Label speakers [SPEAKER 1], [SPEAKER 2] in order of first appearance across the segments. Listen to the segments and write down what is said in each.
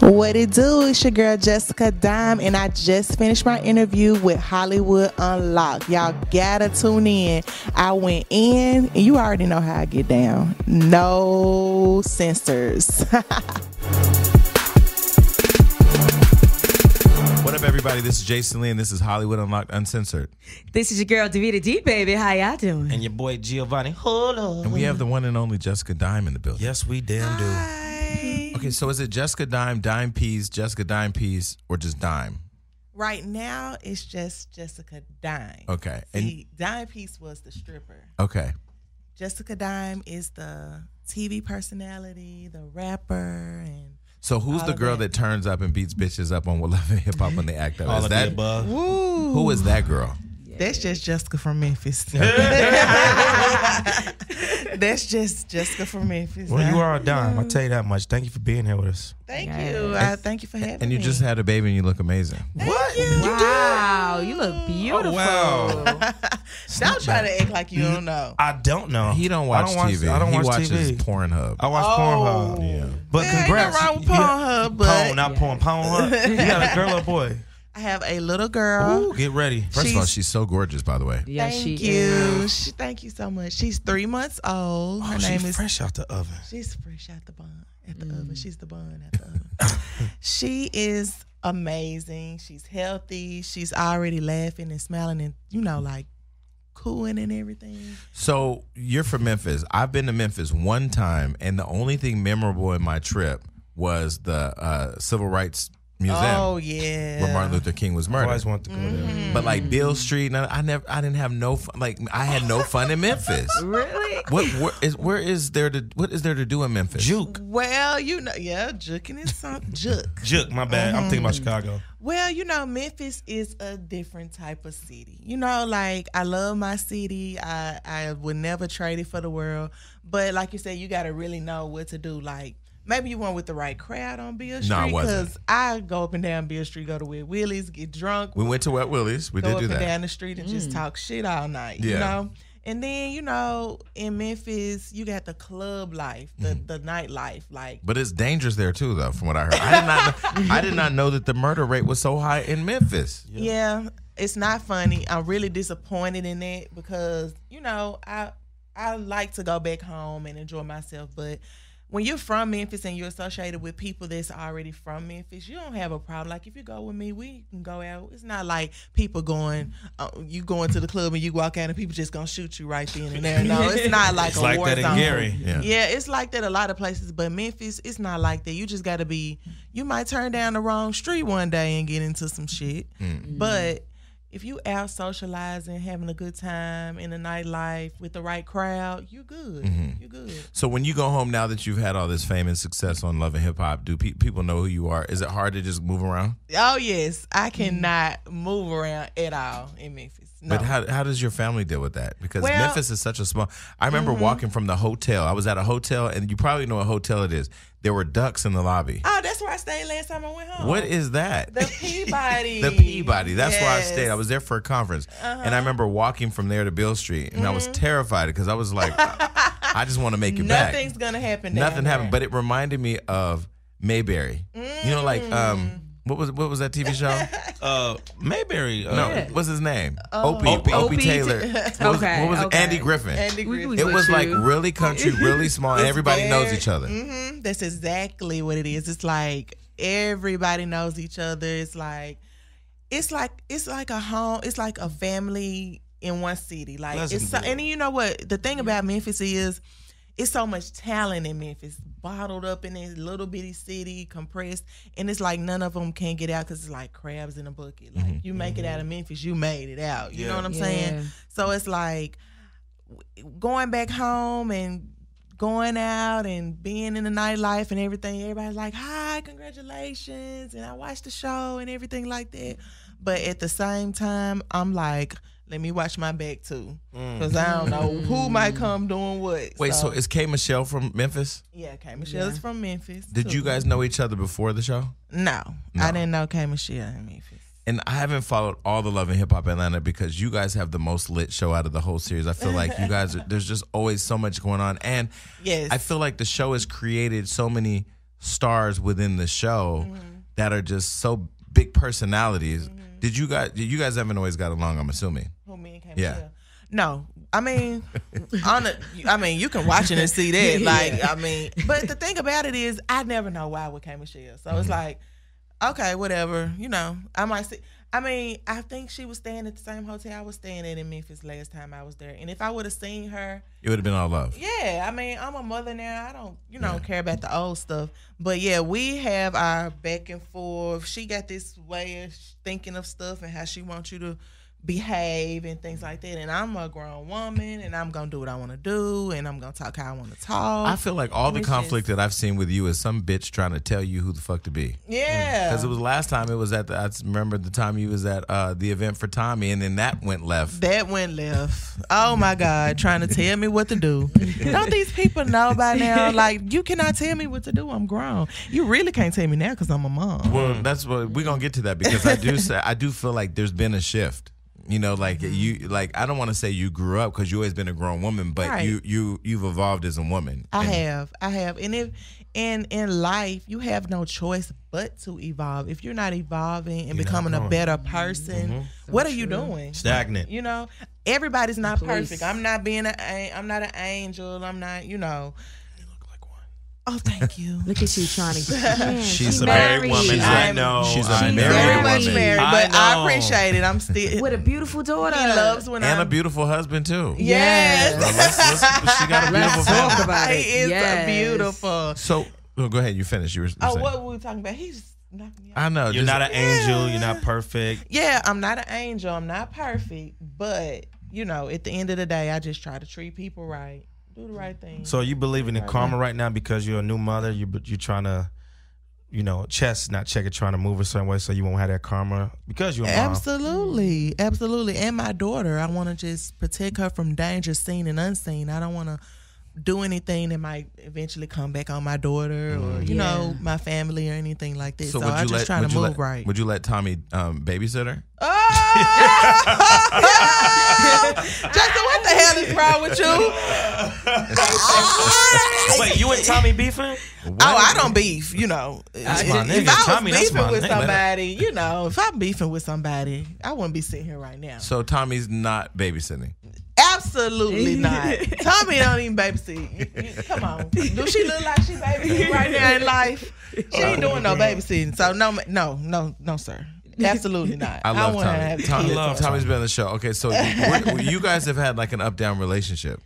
[SPEAKER 1] What it do? It's your girl Jessica Dime, and I just finished my interview with Hollywood Unlocked. Y'all gotta tune in. I went in, and you already know how I get down. No censors.
[SPEAKER 2] What up, everybody? This is Jason Lee, and this is Hollywood Unlocked Uncensored.
[SPEAKER 3] This is your girl Davita D, baby. How y'all doing?
[SPEAKER 4] and your boy Giovanni. Hold on.
[SPEAKER 2] And we have the one and only Jessica Dime in the building.
[SPEAKER 4] Yes, we damn do.
[SPEAKER 1] Ah.
[SPEAKER 2] Okay, so is it Jessica Dime, Dime Peas, Jessica Dime Peas, or just Dime?
[SPEAKER 1] right now, it's just Jessica Dime.
[SPEAKER 2] Okay. And
[SPEAKER 1] See, Dime Piece was the stripper.
[SPEAKER 2] okay.
[SPEAKER 1] Jessica Dime is the TV personality, the rapper, and
[SPEAKER 2] So who's the girl that. turns up and beats bitches up on What Love and Hip Hop when they act up?
[SPEAKER 4] All
[SPEAKER 2] Is
[SPEAKER 4] of
[SPEAKER 2] that
[SPEAKER 4] the above.
[SPEAKER 2] who is that girl?
[SPEAKER 1] That's just Jessica from Memphis. That's just Jessica from Memphis.
[SPEAKER 4] Well, you
[SPEAKER 1] I-
[SPEAKER 4] are a dime. I tell you that much. Thank you for being here with us.
[SPEAKER 1] Thank you. I thank you for having me.
[SPEAKER 2] And you just had a baby and you look amazing.
[SPEAKER 4] What?
[SPEAKER 3] Wow, you
[SPEAKER 2] Oh,
[SPEAKER 3] look beautiful.
[SPEAKER 4] wow.
[SPEAKER 1] don't try to act like you don't know.
[SPEAKER 4] I don't know.
[SPEAKER 2] He don't watch
[SPEAKER 4] I don't watch,
[SPEAKER 2] TV.
[SPEAKER 4] I don't
[SPEAKER 2] he
[SPEAKER 4] watch
[SPEAKER 2] watches
[SPEAKER 4] TV.
[SPEAKER 2] Pornhub.
[SPEAKER 4] I watch Pornhub.
[SPEAKER 2] Yeah.
[SPEAKER 4] But
[SPEAKER 1] There Oh. ain't
[SPEAKER 4] congrats.
[SPEAKER 1] nothing wrong with
[SPEAKER 4] You- you-
[SPEAKER 1] Pornhub, but-
[SPEAKER 4] Porn, not porn. Pornhub. You got a girl or boy?
[SPEAKER 1] I have a little girl.
[SPEAKER 4] Ooh, get ready.
[SPEAKER 2] First of all,
[SPEAKER 1] she's-
[SPEAKER 2] she's so gorgeous, by the way.
[SPEAKER 3] Yeah,
[SPEAKER 1] Thank
[SPEAKER 3] she
[SPEAKER 1] you. She, thank you so much. She's three months old. Her
[SPEAKER 4] Oh,
[SPEAKER 1] name
[SPEAKER 4] she's
[SPEAKER 1] is.
[SPEAKER 4] fresh out the oven.
[SPEAKER 1] She's fresh out the bun at the oven.
[SPEAKER 2] Mm.
[SPEAKER 1] She's the bun at the oven. she is amazing. She's healthy. She's already laughing and smiling and you know like cooing and everything.
[SPEAKER 2] So you're from Memphis. I've been to Memphis one time, and the only thing memorable in my trip was the uh, Civil Rights Museum
[SPEAKER 1] Oh yeah. mm.
[SPEAKER 2] where Martin Luther King was
[SPEAKER 4] I
[SPEAKER 2] murdered.
[SPEAKER 4] always want to go there.
[SPEAKER 1] Mm-hmm.
[SPEAKER 2] But like Bill Street, and I I never, I didn't have no fun. Like I had no fun in Memphis.
[SPEAKER 3] Really?
[SPEAKER 2] What where is where is there to what is there to do in Memphis?
[SPEAKER 4] Juke.
[SPEAKER 1] Well, you know, yeah, juking is something. Juke.
[SPEAKER 4] Juke, my bad. I'm thinking about
[SPEAKER 1] Mm-hmm.
[SPEAKER 4] Chicago.
[SPEAKER 1] Well, you know, Memphis is a different type of city. You know, like I love my city. I I would never trade it for the world. But like you said, you got to really know what to do. Like maybe you weren't with the right crowd on Bill Street.
[SPEAKER 2] No, I wasn't.
[SPEAKER 1] I go up and down Bill Street, go to Weird Willie's, get drunk,
[SPEAKER 2] We went to Wet Willie's. We
[SPEAKER 1] go
[SPEAKER 2] did
[SPEAKER 1] up
[SPEAKER 2] do
[SPEAKER 1] and
[SPEAKER 2] that.
[SPEAKER 1] down the street and just talk shit all night. You
[SPEAKER 2] Yeah.
[SPEAKER 1] know. And then you know, in Memphis, you got the club life, the
[SPEAKER 2] Mm-hmm.
[SPEAKER 1] the nightlife, like.
[SPEAKER 2] But it's dangerous there too, though, from what I heard. I did not know, I did not know that the murder rate was so high in Memphis.
[SPEAKER 1] Yeah. it's not funny. I'm really disappointed in it because you know I I like to go back home and enjoy myself, but when you're from Memphis and you're associated with people that's already from Memphis, you don't have a problem. Like if you go with me, we can go out. It's not like people going, uh, you going to the club and you walk out and people just gonna shoot you right then and there. No, it's not like
[SPEAKER 4] It's
[SPEAKER 1] a
[SPEAKER 4] like
[SPEAKER 1] war
[SPEAKER 4] that in
[SPEAKER 1] zone.
[SPEAKER 4] Gary.
[SPEAKER 2] Yeah.
[SPEAKER 1] Yeah, it's like that a lot of places, but Memphis, it's not like that. You just got to be, you might turn down the wrong street one day and get into some shit.
[SPEAKER 2] Mm.
[SPEAKER 1] But if you out socializing, having a good time in the nightlife with the right crowd, you good.
[SPEAKER 2] Mm-hmm.
[SPEAKER 1] You good.
[SPEAKER 2] So when you go home now that you've had all this fame and success on Love and Hip Hop, do pe- people know who you are? Is it hard to just move around?
[SPEAKER 1] Oh yes, I cannot move around at all in Memphis. No.
[SPEAKER 2] But how, how does your family deal with that? Because
[SPEAKER 1] Well- Mm-hmm.
[SPEAKER 2] Memphis is such a small. I remember walking from the hotel. I was at a hotel, and you probably know what hotel it is. There were ducks in the lobby.
[SPEAKER 1] oh, that's where I stayed last time I went home.
[SPEAKER 2] What is that?
[SPEAKER 1] Oh, the Peabody?
[SPEAKER 2] The Peabody. That's where I
[SPEAKER 1] Yes. Uh-huh.
[SPEAKER 2] stayed. I was there for a conference, and I remember walking from there to Bill Street, and I
[SPEAKER 1] Mm-hmm.
[SPEAKER 2] was terrified because I was like, I, I just want to make it
[SPEAKER 1] Nothing's
[SPEAKER 2] back.
[SPEAKER 1] gonna happen. down
[SPEAKER 2] Nothing
[SPEAKER 1] there.
[SPEAKER 2] happened, but it reminded me of Mayberry. You know, like
[SPEAKER 3] Mm.
[SPEAKER 2] um, what was what was that TV show?
[SPEAKER 4] Uh, Mayberry. Uh,
[SPEAKER 2] No, what's his name? Opie, Opie,
[SPEAKER 3] Opie Oh. T-
[SPEAKER 2] Taylor. What was,
[SPEAKER 3] Okay,
[SPEAKER 2] what was
[SPEAKER 3] okay.
[SPEAKER 2] it? Andy Griffin.
[SPEAKER 1] Andy
[SPEAKER 3] We-
[SPEAKER 1] Griffith.
[SPEAKER 3] we-
[SPEAKER 2] it
[SPEAKER 3] with
[SPEAKER 2] was like
[SPEAKER 3] you.
[SPEAKER 2] really country, really small. and everybody knows each other.
[SPEAKER 3] Mm-hmm.
[SPEAKER 1] hmm That's exactly what it is. It's like everybody knows each other. It's like it's like it's like a home. It's like a family in one city. Like
[SPEAKER 4] Let's
[SPEAKER 1] it's so,
[SPEAKER 4] do it.
[SPEAKER 1] and you know what the thing about Memphis is. It's so much talent in Memphis, bottled up in this little bitty city, compressed, and it's like none of them can get out because it's like crabs in a bucket. Like
[SPEAKER 2] Mm-hmm.
[SPEAKER 1] you make it out of Memphis, you made it out. You know
[SPEAKER 4] Yeah.
[SPEAKER 1] what I'm
[SPEAKER 3] Yeah.
[SPEAKER 1] saying? So it's like going back home and going out and being in the nightlife and everything, everybody's like, hi, congratulations. And I watched the show and everything like that. But at the same time, I'm like, let me watch my back too. Because I don't know who might come doing what.
[SPEAKER 2] Mm. Wait, so, is K Michelle from Memphis?
[SPEAKER 1] yeah, K. Michelle's from Memphis.
[SPEAKER 2] Did
[SPEAKER 1] too.
[SPEAKER 2] you guys know each other before the show?
[SPEAKER 1] No, I didn't know K. Michelle in Memphis.
[SPEAKER 2] And I haven't followed all the Love and Hip Hop Atlanta because you guys have the most lit show out of the whole series. I feel like you guys are, there's just always so much going on. And
[SPEAKER 1] Yes.
[SPEAKER 2] I feel like the show has created so many stars within the show
[SPEAKER 1] Mm-hmm.
[SPEAKER 2] that are just so big personalities. Did you guys? You guys haven't always got along. I'm assuming.
[SPEAKER 1] who me and Kim
[SPEAKER 2] Yeah.
[SPEAKER 1] Michelle. No, I mean, on a, I mean, you can watch it and see that. Like, I mean, but the thing about it is, I never know why with K Michelle. So it's like, okay, whatever. You know, I might see. I mean, I think she was staying at the same hotel I was staying at in Memphis last time I was there. And if I would have seen her,
[SPEAKER 2] It would have been all love.
[SPEAKER 1] yeah, I mean, I'm a mother now. I don't, you know, care about the old stuff. But yeah, we have our back and forth. She got this way of sh- thinking of stuff and how she wants you to behave and things like that. And I'm a grown woman, and I'm gonna do what I want to do, and I'm gonna talk how I want to talk.
[SPEAKER 2] I feel like all the
[SPEAKER 1] Which is-
[SPEAKER 2] conflict that I've seen with you is some bitch trying to tell you who the fuck to be.
[SPEAKER 1] yeah,
[SPEAKER 2] Because it was last time it was at the I remember the time you was at uh, the event for Tommy and then that went left.
[SPEAKER 1] That went left. Oh my God, trying to tell me what to do. Don't these people know by now? Like, you cannot tell me what to do. I'm grown. You really can't tell me now because I'm a mom.
[SPEAKER 2] Well, that's what we're gonna get to that because I do say I do feel like there's been a shift. You know, like
[SPEAKER 1] Mm-hmm.
[SPEAKER 2] you like I don't want to say you grew up because you always been a grown woman, but
[SPEAKER 1] Right.
[SPEAKER 2] you you you've evolved as a woman.
[SPEAKER 1] I
[SPEAKER 2] And-
[SPEAKER 1] have, I have, and if in in life you have no choice but to evolve. If you're not evolving and becoming a
[SPEAKER 4] growing.
[SPEAKER 1] better person, what are you doing?
[SPEAKER 4] Stagnant.
[SPEAKER 1] You know, everybody's not
[SPEAKER 3] Please.
[SPEAKER 1] perfect. I'm not being a, a- I'm not an angel. I'm not, you know.
[SPEAKER 4] Look like one.
[SPEAKER 1] Oh, thank you.
[SPEAKER 3] Look at you trying to. Man,
[SPEAKER 2] She's
[SPEAKER 3] she
[SPEAKER 2] a
[SPEAKER 4] married
[SPEAKER 3] married.
[SPEAKER 4] woman.
[SPEAKER 1] She's
[SPEAKER 4] I
[SPEAKER 1] a-
[SPEAKER 4] know.
[SPEAKER 2] she's a
[SPEAKER 4] I
[SPEAKER 3] She's
[SPEAKER 4] know.
[SPEAKER 2] married
[SPEAKER 1] Very much
[SPEAKER 2] woman.
[SPEAKER 1] married,
[SPEAKER 4] I
[SPEAKER 1] but I,
[SPEAKER 4] know.
[SPEAKER 1] appreciate it. I'm still.
[SPEAKER 3] With a beautiful daughter.
[SPEAKER 1] he loves when
[SPEAKER 2] and
[SPEAKER 1] I'm
[SPEAKER 2] a beautiful husband too.
[SPEAKER 1] Yes.
[SPEAKER 2] Well, let's- let's- she got a
[SPEAKER 3] Let's
[SPEAKER 2] beautiful
[SPEAKER 3] talk
[SPEAKER 2] family.
[SPEAKER 3] about it.
[SPEAKER 1] He is
[SPEAKER 3] Yes.
[SPEAKER 1] beautiful.
[SPEAKER 2] So oh, go ahead, you finish. You were, you were
[SPEAKER 1] Oh,
[SPEAKER 2] saying.
[SPEAKER 1] what were we talking about? He's knocking me out.
[SPEAKER 2] I know
[SPEAKER 4] You're
[SPEAKER 2] just-
[SPEAKER 4] not an angel. You're not perfect.
[SPEAKER 1] yeah, I'm not an angel. I'm not perfect, but you know, at the end of the day, I just try to treat people right, do the right thing.
[SPEAKER 4] So you believing in karma right now because you're a new mother. You you're trying to, you know, chess not check it, trying to move a certain way so you won't have that karma because you're a mom.
[SPEAKER 1] absolutely, absolutely. And my daughter, I want to just protect her from danger, seen and unseen. I don't want to do anything that might eventually come back on my daughter or you know my family or anything like that. So, I'm just trying
[SPEAKER 2] Mm-hmm. would
[SPEAKER 1] to
[SPEAKER 2] you
[SPEAKER 1] move
[SPEAKER 2] let-
[SPEAKER 1] right.
[SPEAKER 2] Would you let Tommy um, babysit her?
[SPEAKER 1] Oh! Justin, what the hell is wrong with you?
[SPEAKER 4] Wait, you and Tommy beefing?
[SPEAKER 1] Oh, I don't beef, you know. if
[SPEAKER 4] my nigga,
[SPEAKER 1] if I was
[SPEAKER 4] Tommy, that's
[SPEAKER 1] beefing
[SPEAKER 4] my
[SPEAKER 1] with
[SPEAKER 4] nigga.
[SPEAKER 1] somebody, you know, if I'm beefing with somebody, I wouldn't be sitting here right now.
[SPEAKER 2] So Tommy's not babysitting.
[SPEAKER 1] Absolutely not. Tommy don't even babysit. You- you- come on. Do she look like she babysitting right now in life? She ain't doing no babysitting. So no, ma- no, no, no, sir. Absolutely not.
[SPEAKER 2] I love
[SPEAKER 1] want her to have
[SPEAKER 2] Tommy. Tommy
[SPEAKER 1] kids.
[SPEAKER 2] love Tommy's been on the show. Okay, so you- you guys have had like an up down relationship.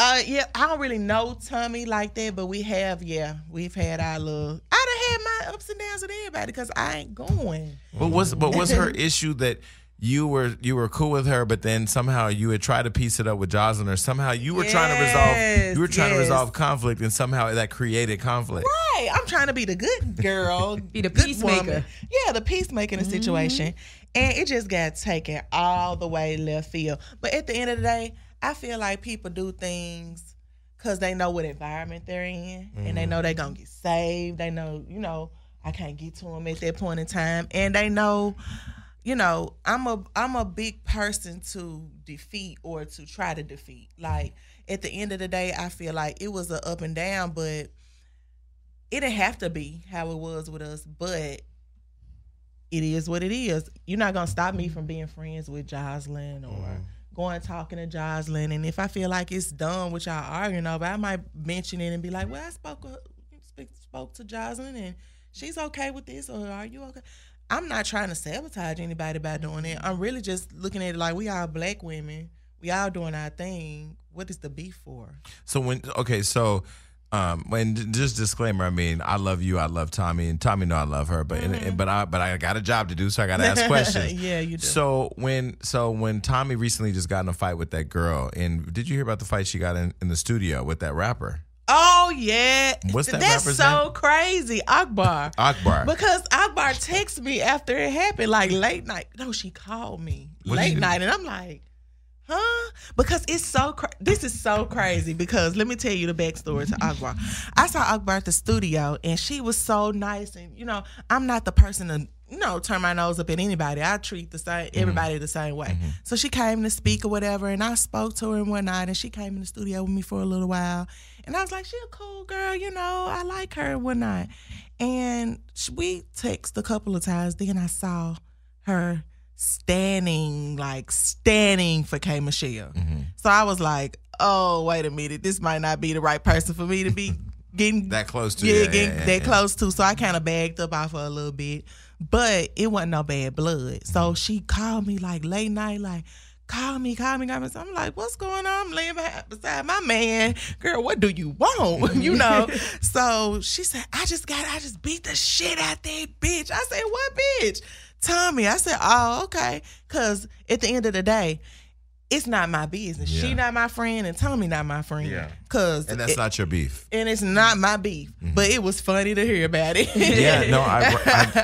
[SPEAKER 1] Uh, yeah, I don't really know Tommy like that, but we have, yeah, we've had our little. I done had my ups and downs with everybody because I ain't going.
[SPEAKER 2] But what's but what's her issue that you were you were cool with her, but then somehow you had tried to piece it up with Jocelyn, or somehow you were trying to resolve
[SPEAKER 1] Yes,
[SPEAKER 2] you were trying to
[SPEAKER 1] yes.
[SPEAKER 2] resolve conflict, and somehow that created conflict.
[SPEAKER 1] Hey, I'm trying to be the good girl, be
[SPEAKER 3] the peacemaker. Mm-hmm.
[SPEAKER 1] Yeah, the peacemaker in the situation, and it just got taken all the way left field. But at the end of the day, I feel like people do things because they know what environment they're in, and
[SPEAKER 3] Mm-hmm.
[SPEAKER 1] they know they're gonna get saved. They know, you know, I can't get to them at that point in time, and they know. you know, I'm a I'm a big person to defeat or to try to defeat. Like at the end of the day, I feel like it was a up and down, but it didn't have to be how it was with us. But it is what it is. You're not gonna stop me from being friends with Jocelyn or
[SPEAKER 2] Mm-hmm.
[SPEAKER 1] going talking to Jocelyn. And if I feel like it's done with y'all arguing over, I might mention it and be like, "Well, I spoke with- speak- spoke to Jocelyn and she's okay with this, or are you okay?" I'm not trying to sabotage anybody by doing it. I'm really just looking at it like we all black women. We all doing our thing. What is the beef for?
[SPEAKER 2] So when okay, so um when j- just disclaimer, I mean, I love you, I love Tommy, and Tommy know I love her, but and-
[SPEAKER 1] Mm-hmm.
[SPEAKER 2] and, but I but I got a job to do, so I gotta ask questions.
[SPEAKER 1] Yeah, you do.
[SPEAKER 2] So when so when Tommy recently just got in a fight with that girl, and did you hear about the fight she got in, in the studio with that rapper?
[SPEAKER 1] Oh yeah,
[SPEAKER 2] What's that
[SPEAKER 1] That's
[SPEAKER 2] rapper's
[SPEAKER 1] so crazy, Akbar.
[SPEAKER 2] Akbar.
[SPEAKER 1] Because Akbar texted me after it happened, like late night. No, she called me
[SPEAKER 2] What'd she
[SPEAKER 1] late
[SPEAKER 2] do?
[SPEAKER 1] night, and I'm like, Huh? Because it's so cra- this is so crazy. Because let me tell you the backstory to Akbar. I saw Akbar at the studio, and she was so nice. And you know, I'm not the person to you know turn my nose up at anybody. I treat the same everybody the same way. So she came to speak or whatever, and I spoke to her and whatnot. And she came in the studio with me for a little while, and I was like, she a cool girl, you know. I like her and whatnot. And sh- we text a couple of times. Then I saw her standing, like standing for K Michelle. So I was like, oh, wait a minute, this might not be the right person for me to be getting
[SPEAKER 2] That close to
[SPEAKER 1] yeah,
[SPEAKER 2] yeah,
[SPEAKER 1] getting
[SPEAKER 2] yeah,
[SPEAKER 1] that
[SPEAKER 2] yeah.
[SPEAKER 1] close to. So I kind of bagged up off her a little bit, but it wasn't no bad blood.
[SPEAKER 2] Mm-hmm.
[SPEAKER 1] So she called me like late night, like. Call me, call me, call me. So I'm like, what's going on? I'm laying beh- beside my man. Girl, what do you want? you know? So she said, I just got, I just beat the shit out that bitch. I said, what bitch? Tommy. I said, oh, okay. Because at the end of the day, it's not my business.
[SPEAKER 2] Yeah.
[SPEAKER 1] She not my friend and Tommy not my friend.
[SPEAKER 2] Yeah.
[SPEAKER 1] Cause
[SPEAKER 2] And that's
[SPEAKER 1] it-
[SPEAKER 2] not your beef.
[SPEAKER 1] and it's not my beef, but it was funny to hear about it.
[SPEAKER 2] Mm-hmm. Yeah, no, I,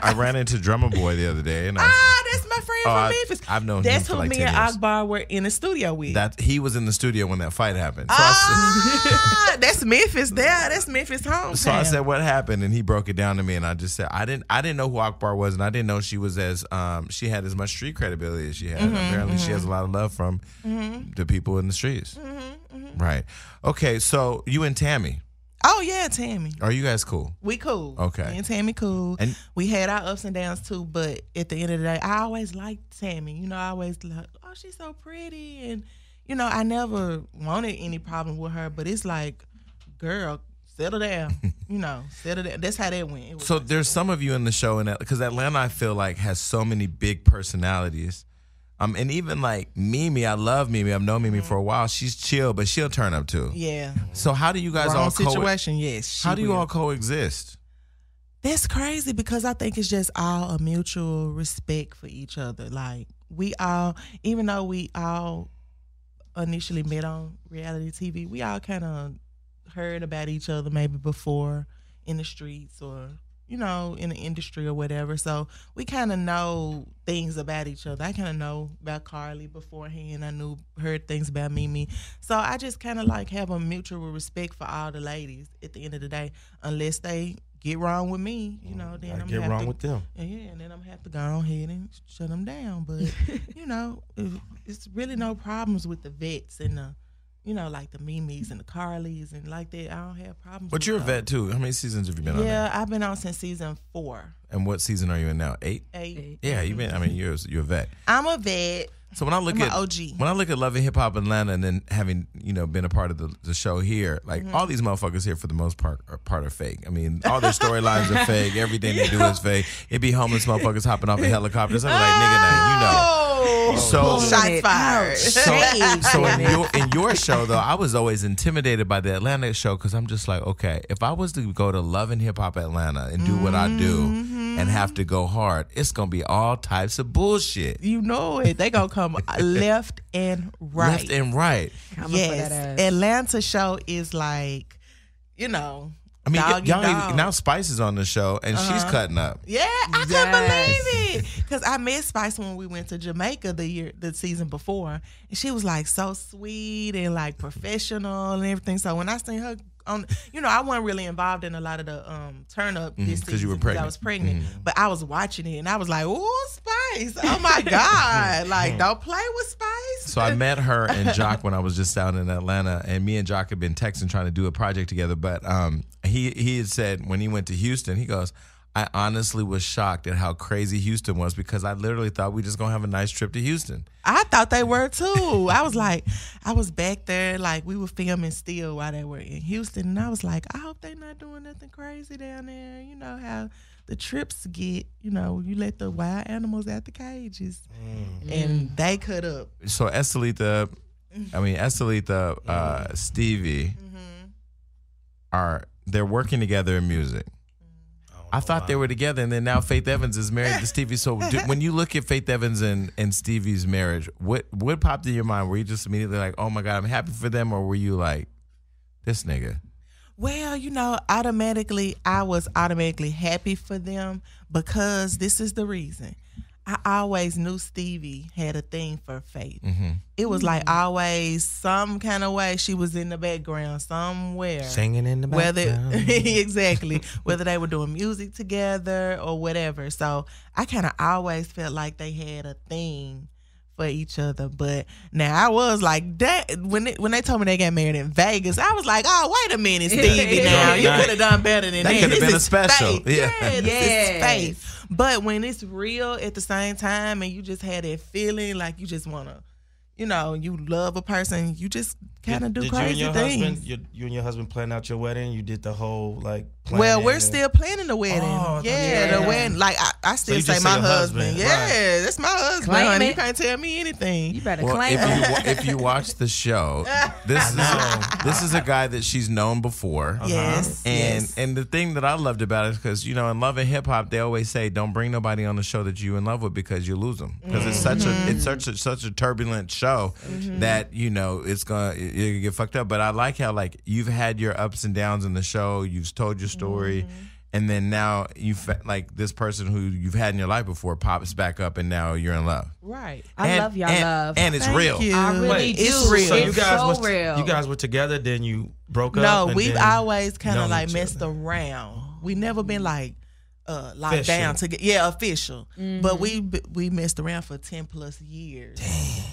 [SPEAKER 2] I, I ran into Drummer Boy the other day, and I,
[SPEAKER 1] ah, that's my friend
[SPEAKER 2] Oh,
[SPEAKER 1] from
[SPEAKER 2] I-
[SPEAKER 1] Memphis.
[SPEAKER 2] I've known
[SPEAKER 1] That's
[SPEAKER 2] him for
[SPEAKER 1] who
[SPEAKER 2] like
[SPEAKER 1] me
[SPEAKER 2] 10
[SPEAKER 1] and
[SPEAKER 2] years.
[SPEAKER 1] Akbar were in the studio with.
[SPEAKER 2] that he was in the studio when that fight happened. So,
[SPEAKER 1] ah, that's Memphis there. That's Memphis
[SPEAKER 2] I,
[SPEAKER 1] hometown.
[SPEAKER 2] so I said, "What happened?" And he broke it down to me, and I just said, "I didn't, I didn't know who Akbar was, and I didn't know she was as, um, she had as much street credibility as she had.
[SPEAKER 1] Mm-hmm,
[SPEAKER 2] Apparently, she has a lot of love from the people in the streets.
[SPEAKER 1] Mm-hmm,
[SPEAKER 2] Right? Okay. So you and Tammy,
[SPEAKER 1] oh yeah, Tammy.
[SPEAKER 2] are you guys cool?
[SPEAKER 1] We cool.
[SPEAKER 2] Okay.
[SPEAKER 1] Me and Tammy cool.
[SPEAKER 2] And-
[SPEAKER 1] And we had our ups and downs too, but at the end of the day, I always liked Tammy. You know, I always like, oh, she's so pretty, and you know, I never wanted any problem with her. But it's like, girl, settle down. you know, settle down. That's how that went. It was
[SPEAKER 2] So there's some of you in the show in because Atlanta, I feel like has so many big personalities. Um, and even like Mimi, I love Mimi. I've known Mimi for a while. She's chill, but she'll turn up too.
[SPEAKER 1] Mm-hmm. yeah,
[SPEAKER 2] So how do you guys
[SPEAKER 1] wrong
[SPEAKER 2] all co-
[SPEAKER 1] situation. yes. she
[SPEAKER 2] how do you
[SPEAKER 1] will.
[SPEAKER 2] all coexist?
[SPEAKER 1] That's crazy because I think it's just all a mutual respect for each other. Like we all, even though we all initially met on reality TV, we all kind of heard about each other maybe before in the streets or you know in the industry or whatever. So we kind of know things about each other. I kind of know about Carly beforehand. I knew heard things about Mimi. So I just kind of like have a mutual respect for all the ladies at the end of the day, unless they get wrong with me, you know. Then
[SPEAKER 4] Mm, I
[SPEAKER 1] I'm
[SPEAKER 4] get
[SPEAKER 1] have
[SPEAKER 4] wrong
[SPEAKER 1] to,
[SPEAKER 4] with them.
[SPEAKER 1] yeah, yeah, and then I'm have to go on ahead and shut them down. But you know, it- it's really no problems with the vets and the, you know, like the Mimi's and the Carlys and like that. I don't have problems.
[SPEAKER 2] But
[SPEAKER 1] with
[SPEAKER 2] you're a
[SPEAKER 1] those.
[SPEAKER 2] vet too. How many seasons have you been on? Now?
[SPEAKER 1] Yeah, I've been on since season four,
[SPEAKER 2] And what season are you in now? Eight.
[SPEAKER 1] eight.
[SPEAKER 3] Eight.
[SPEAKER 2] Yeah, you've been. I mean, you're you're a vet.
[SPEAKER 1] I'm a vet.
[SPEAKER 2] So when I look
[SPEAKER 1] I'm
[SPEAKER 2] at
[SPEAKER 1] a OG.
[SPEAKER 2] when I look at Love and Hip Hop Atlanta, and then having you know been a part of the, the show here, like
[SPEAKER 1] Mm-hmm.
[SPEAKER 2] all these motherfuckers here for the most part are part of fake. I mean, all their storylines are fake. Everything they do is fake. It be homeless motherfuckers hopping off of helicopters. I'm like, nigga, now you know.
[SPEAKER 1] Oh,
[SPEAKER 2] So-
[SPEAKER 1] shots fired.
[SPEAKER 2] So, so in,
[SPEAKER 3] Damn it.
[SPEAKER 2] your, in your show though, I was always intimidated by the Atlanta show because I'm just like, okay, if I was to go to Love and Hip Hop Atlanta and do what I do
[SPEAKER 1] Mm-hmm.
[SPEAKER 2] and have to go hard, it's gonna be all types of bullshit,
[SPEAKER 1] you know it. They gonna come left and right.
[SPEAKER 2] left and right.
[SPEAKER 3] Coming for
[SPEAKER 1] yes,
[SPEAKER 3] that ass.
[SPEAKER 1] Atlanta show is like, you know,
[SPEAKER 2] I mean,
[SPEAKER 1] doggy
[SPEAKER 2] y'all even-
[SPEAKER 1] dog. Uh-huh.
[SPEAKER 2] now Spice is on the show and she's cutting up.
[SPEAKER 1] Yeah, I
[SPEAKER 3] Yes.
[SPEAKER 1] couldn't believe it because I met Spice when we went to Jamaica the year, the season before, and she was like so sweet and like professional and everything. So when I seen her on, you know, I wasn't really involved in a lot of the um turn up this
[SPEAKER 2] Mhm, 'cause
[SPEAKER 1] season
[SPEAKER 2] you were
[SPEAKER 1] I
[SPEAKER 2] pregnant. Mm-hmm.
[SPEAKER 1] was pregnant, but I was watching it and I was like, "Oh, Spice! Oh my God! like, don't play with Spice."
[SPEAKER 2] So I met her and Jock when I was just out in Atlanta, and me and Jock had been texting trying to do a project together. But um, he he had said when he went to Houston, he goes, "I honestly was shocked at how crazy Houston was because I literally thought we just gonna have a nice trip to Houston."
[SPEAKER 1] I thought they were too. I was like, I was back there, like we were filming still while they were in Houston, and I was like, I hope they're not doing nothing crazy down there. You know how the trips get. You know, you let the wild animals out the cages, and they cut up.
[SPEAKER 2] So Estelita, I mean Estelita, uh, Stevie are they're working together in music. I thought they were together, and then now Faith Evans is married to Stevie. So, do, when you look at Faith Evans and, and Stevie's marriage, what what popped in your mind? Were you just immediately like, "Oh my God, I'm happy for them," or were you like, "This nigga"?
[SPEAKER 1] Well, you know, automatically, I was automatically happy for them because this is the reason. I always knew Stevie had a thing for faith.
[SPEAKER 2] Mm-hmm.
[SPEAKER 1] It was like always some kind of way she was in the background somewhere.
[SPEAKER 4] Singing in the
[SPEAKER 1] whether
[SPEAKER 4] background.
[SPEAKER 1] exactly whether they were doing music together or whatever so i kind of always felt like they had a thing for each other but now i was like that when it, when they told me they got married in vegas i was like oh wait a minute stevie now you
[SPEAKER 4] Night.
[SPEAKER 1] could have done better than that,
[SPEAKER 2] That could've
[SPEAKER 1] This
[SPEAKER 2] been a
[SPEAKER 1] is
[SPEAKER 2] special.
[SPEAKER 1] faith.
[SPEAKER 2] Yeah.
[SPEAKER 1] this is
[SPEAKER 3] Yes.
[SPEAKER 1] faith but when it's real at the same time and you just had that feeling like you just want to you know you love a person you just kind of do
[SPEAKER 4] did
[SPEAKER 1] crazy
[SPEAKER 4] you and your
[SPEAKER 1] things
[SPEAKER 4] Husband, you, you and your husband plan out your wedding. You did the whole like.
[SPEAKER 1] Well,
[SPEAKER 4] planning
[SPEAKER 1] we're
[SPEAKER 4] and-
[SPEAKER 1] still planning the wedding.
[SPEAKER 4] Oh, I thought
[SPEAKER 1] yeah,
[SPEAKER 4] you
[SPEAKER 1] the
[SPEAKER 4] were-
[SPEAKER 1] wedding. Like I, I still
[SPEAKER 4] you
[SPEAKER 1] say
[SPEAKER 4] just
[SPEAKER 1] my
[SPEAKER 4] say your
[SPEAKER 1] husband.
[SPEAKER 4] husband,
[SPEAKER 1] Yeah, that's my husband.
[SPEAKER 3] Claim
[SPEAKER 1] honey. You
[SPEAKER 3] it.
[SPEAKER 1] can't tell me anything.
[SPEAKER 3] You better
[SPEAKER 2] Well,
[SPEAKER 3] claim it.
[SPEAKER 2] if you, wa- if you watch the show, this is this is a guy that she's known before.
[SPEAKER 1] Oh, Yes.
[SPEAKER 2] And
[SPEAKER 1] yes.
[SPEAKER 2] and the thing that I loved about it is because you know in love and hip hop they always say don't bring nobody on the show that you in love with because you lose them because it's such a it's such a, such a turbulent show
[SPEAKER 1] Mm-hmm.
[SPEAKER 2] that you know it's gonna you- you get fucked up. But I like how like you've had your ups and downs in the show. You've told your story.
[SPEAKER 1] Mm-hmm.
[SPEAKER 2] And then now you fa- like this person who you've had in your life before pops back up, and now you're in love.
[SPEAKER 1] right.
[SPEAKER 3] I
[SPEAKER 2] And-
[SPEAKER 3] love y'all
[SPEAKER 2] and-
[SPEAKER 3] love.
[SPEAKER 2] and it's
[SPEAKER 1] Thank
[SPEAKER 2] real.
[SPEAKER 1] you.
[SPEAKER 3] I really
[SPEAKER 4] Wait,
[SPEAKER 3] do.
[SPEAKER 1] it's real.
[SPEAKER 4] So you
[SPEAKER 3] It's
[SPEAKER 4] guys
[SPEAKER 3] so
[SPEAKER 4] was
[SPEAKER 3] real.
[SPEAKER 4] you guys were together. Then you broke up.
[SPEAKER 1] No,
[SPEAKER 4] and
[SPEAKER 1] we've
[SPEAKER 4] then-
[SPEAKER 1] always kind of
[SPEAKER 4] known
[SPEAKER 1] like
[SPEAKER 4] each
[SPEAKER 1] messed around. We never been like uh locked
[SPEAKER 4] Official.
[SPEAKER 1] down together. Yeah, official. But we b- we messed around for ten plus years.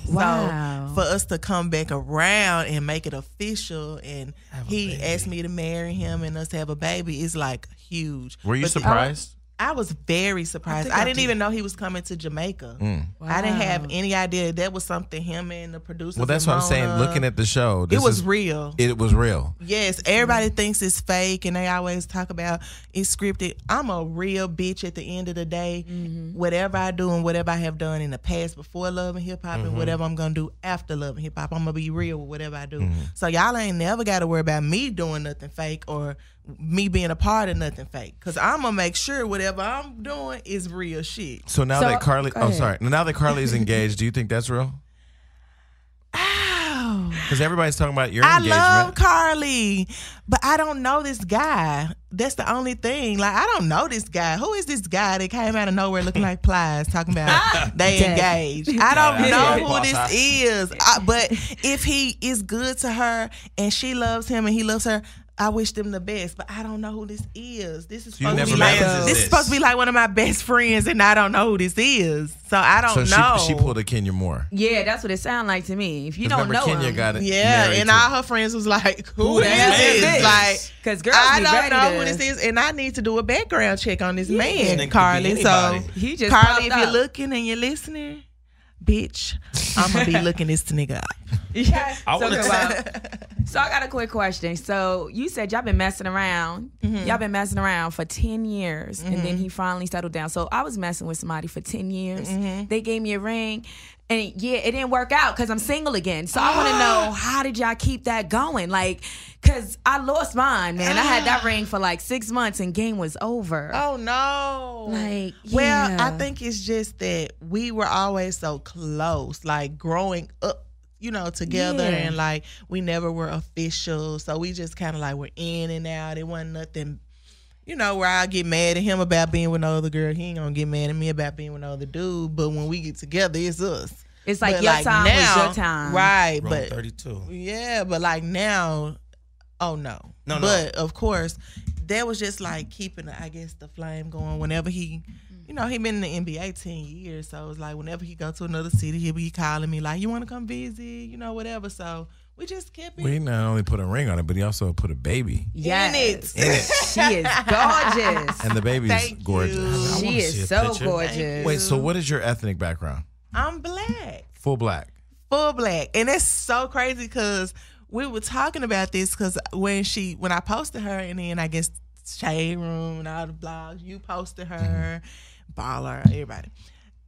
[SPEAKER 1] So
[SPEAKER 3] Wow.
[SPEAKER 1] for us to come back around and make it official, and he asked me to marry him and us to have a baby is like huge.
[SPEAKER 2] Were you
[SPEAKER 1] But the-
[SPEAKER 2] surprised?
[SPEAKER 1] I was very surprised.
[SPEAKER 4] think
[SPEAKER 1] I,
[SPEAKER 4] I
[SPEAKER 1] didn't
[SPEAKER 4] did.
[SPEAKER 1] even know he was coming to Jamaica.
[SPEAKER 2] Mm.
[SPEAKER 3] Wow.
[SPEAKER 1] I didn't have any idea that was something him and the producer.
[SPEAKER 2] Well, that's what I'm saying. Looking at the show,
[SPEAKER 1] it
[SPEAKER 2] this
[SPEAKER 1] was
[SPEAKER 2] is-
[SPEAKER 1] real.
[SPEAKER 2] it was real.
[SPEAKER 1] Yes, everybody thinks it's fake, and they always talk about it's scripted. I'm a real bitch at the end of the day. Whatever I do and whatever I have done in the past before Love and Hip Hop, and whatever I'm gonna do after Love and Hip Hop, I'm gonna be real with whatever I do. So y'all ain't never got to worry about me doing nothing fake or me being a part of nothing fake, cause I'm gonna make sure whatever I'm doing is real shit.
[SPEAKER 2] So now
[SPEAKER 3] So-
[SPEAKER 2] that Carly,
[SPEAKER 3] go
[SPEAKER 2] oh
[SPEAKER 3] ahead.
[SPEAKER 2] sorry, now that Carly's engaged, do you think that's real? Because everybody's talking about your
[SPEAKER 1] I love
[SPEAKER 2] engagement.
[SPEAKER 1] Carly, but I don't know this guy. That's the only thing. Like I don't know this guy. Who is this guy that came out of nowhere looking like Plies talking about they
[SPEAKER 3] Dead.
[SPEAKER 1] engaged? I don't
[SPEAKER 2] Dead.
[SPEAKER 1] know
[SPEAKER 2] Dead.
[SPEAKER 1] who this is. I- but if he is good to her and she loves him and he loves her. I wish them the best, but I don't know who this is. This is
[SPEAKER 2] you
[SPEAKER 1] supposed to
[SPEAKER 2] never
[SPEAKER 1] be
[SPEAKER 2] met
[SPEAKER 1] like
[SPEAKER 2] him
[SPEAKER 1] this,
[SPEAKER 2] as
[SPEAKER 1] is
[SPEAKER 2] this.
[SPEAKER 1] supposed to be like one of my best friends, and I don't know who this is, so I
[SPEAKER 2] so
[SPEAKER 1] don't
[SPEAKER 2] she,
[SPEAKER 1] know.
[SPEAKER 2] she pulled a Kenya Moore.
[SPEAKER 3] Yeah, that's what it sounds like to me. If you
[SPEAKER 2] 'Cause
[SPEAKER 3] don't know
[SPEAKER 2] remember, Kenya
[SPEAKER 3] him,
[SPEAKER 2] got it.
[SPEAKER 1] Yeah,
[SPEAKER 2] married
[SPEAKER 1] and
[SPEAKER 2] to-
[SPEAKER 1] all her friends was like, "Who,
[SPEAKER 3] Who
[SPEAKER 1] is
[SPEAKER 3] the hell
[SPEAKER 1] this?"
[SPEAKER 3] is this?
[SPEAKER 1] Like,
[SPEAKER 3] because girls
[SPEAKER 1] I
[SPEAKER 3] be
[SPEAKER 1] don't
[SPEAKER 3] ready
[SPEAKER 1] know
[SPEAKER 3] to,
[SPEAKER 1] who this is, and I need to do a background check on this
[SPEAKER 4] This nigga
[SPEAKER 1] man,
[SPEAKER 4] could
[SPEAKER 1] Carly.
[SPEAKER 4] be
[SPEAKER 1] So,
[SPEAKER 4] anybody.
[SPEAKER 3] He just
[SPEAKER 1] Carly, if
[SPEAKER 3] popped
[SPEAKER 1] you're
[SPEAKER 3] up.
[SPEAKER 1] looking and you're listening, bitch, I'm gonna be looking this nigga up.
[SPEAKER 3] Yeah.
[SPEAKER 4] I
[SPEAKER 3] so,
[SPEAKER 4] wanna
[SPEAKER 3] good
[SPEAKER 4] t-
[SPEAKER 3] luck. So I got a quick question. So you said y'all been messing around.
[SPEAKER 1] Mm-hmm.
[SPEAKER 3] Y'all been messing around for ten years, and then he finally settled down. So I was messing with somebody for ten years.
[SPEAKER 1] Mm-hmm.
[SPEAKER 3] They gave me a ring, and yeah, it didn't work out because I'm single again. So I want to know how did y'all keep that going? Like, cause I lost mine, man. I had that ring for like six months, and game was over.
[SPEAKER 1] Oh no!
[SPEAKER 3] Like,
[SPEAKER 1] well, I
[SPEAKER 3] yeah.
[SPEAKER 1] think it's just that we were always so close, like growing up, you know, together,
[SPEAKER 3] Yeah.
[SPEAKER 1] and like we never were official, so we just kind of like were in and out. It wasn't nothing. You know, where I get mad at him about being with no other girl, he ain't gonna get mad at me about being with no other dude. But when we get together, it's us.
[SPEAKER 3] It's like
[SPEAKER 1] But,
[SPEAKER 3] your time was
[SPEAKER 1] now-
[SPEAKER 3] your time,
[SPEAKER 1] right?
[SPEAKER 4] Room
[SPEAKER 1] but
[SPEAKER 4] 32.
[SPEAKER 1] yeah, but like now, oh no.
[SPEAKER 4] No, no.
[SPEAKER 1] But of course, that was just like keeping, I guess, the flame going. Whenever he, you know, he been in the NBA ten years, so it was like whenever he go to another city, he'll be calling me like, "You want to come visit?" You know, whatever. So we just kept it
[SPEAKER 2] Well, he not only put a ring on it, but he also put a baby,
[SPEAKER 1] in it.
[SPEAKER 3] Yes, she is gorgeous.
[SPEAKER 2] and the baby's
[SPEAKER 1] Thank you.
[SPEAKER 2] gorgeous.
[SPEAKER 4] wanna
[SPEAKER 3] She
[SPEAKER 4] see a
[SPEAKER 3] is so
[SPEAKER 4] picture.
[SPEAKER 3] gorgeous.
[SPEAKER 2] Wait, so what is your ethnic background?
[SPEAKER 1] I'm black.
[SPEAKER 2] Full black.
[SPEAKER 1] full black and it's so crazy because we were talking about this because when she when i posted her and then i guess shade room and all the blogs you posted her baller everybody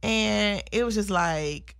[SPEAKER 1] and it was just like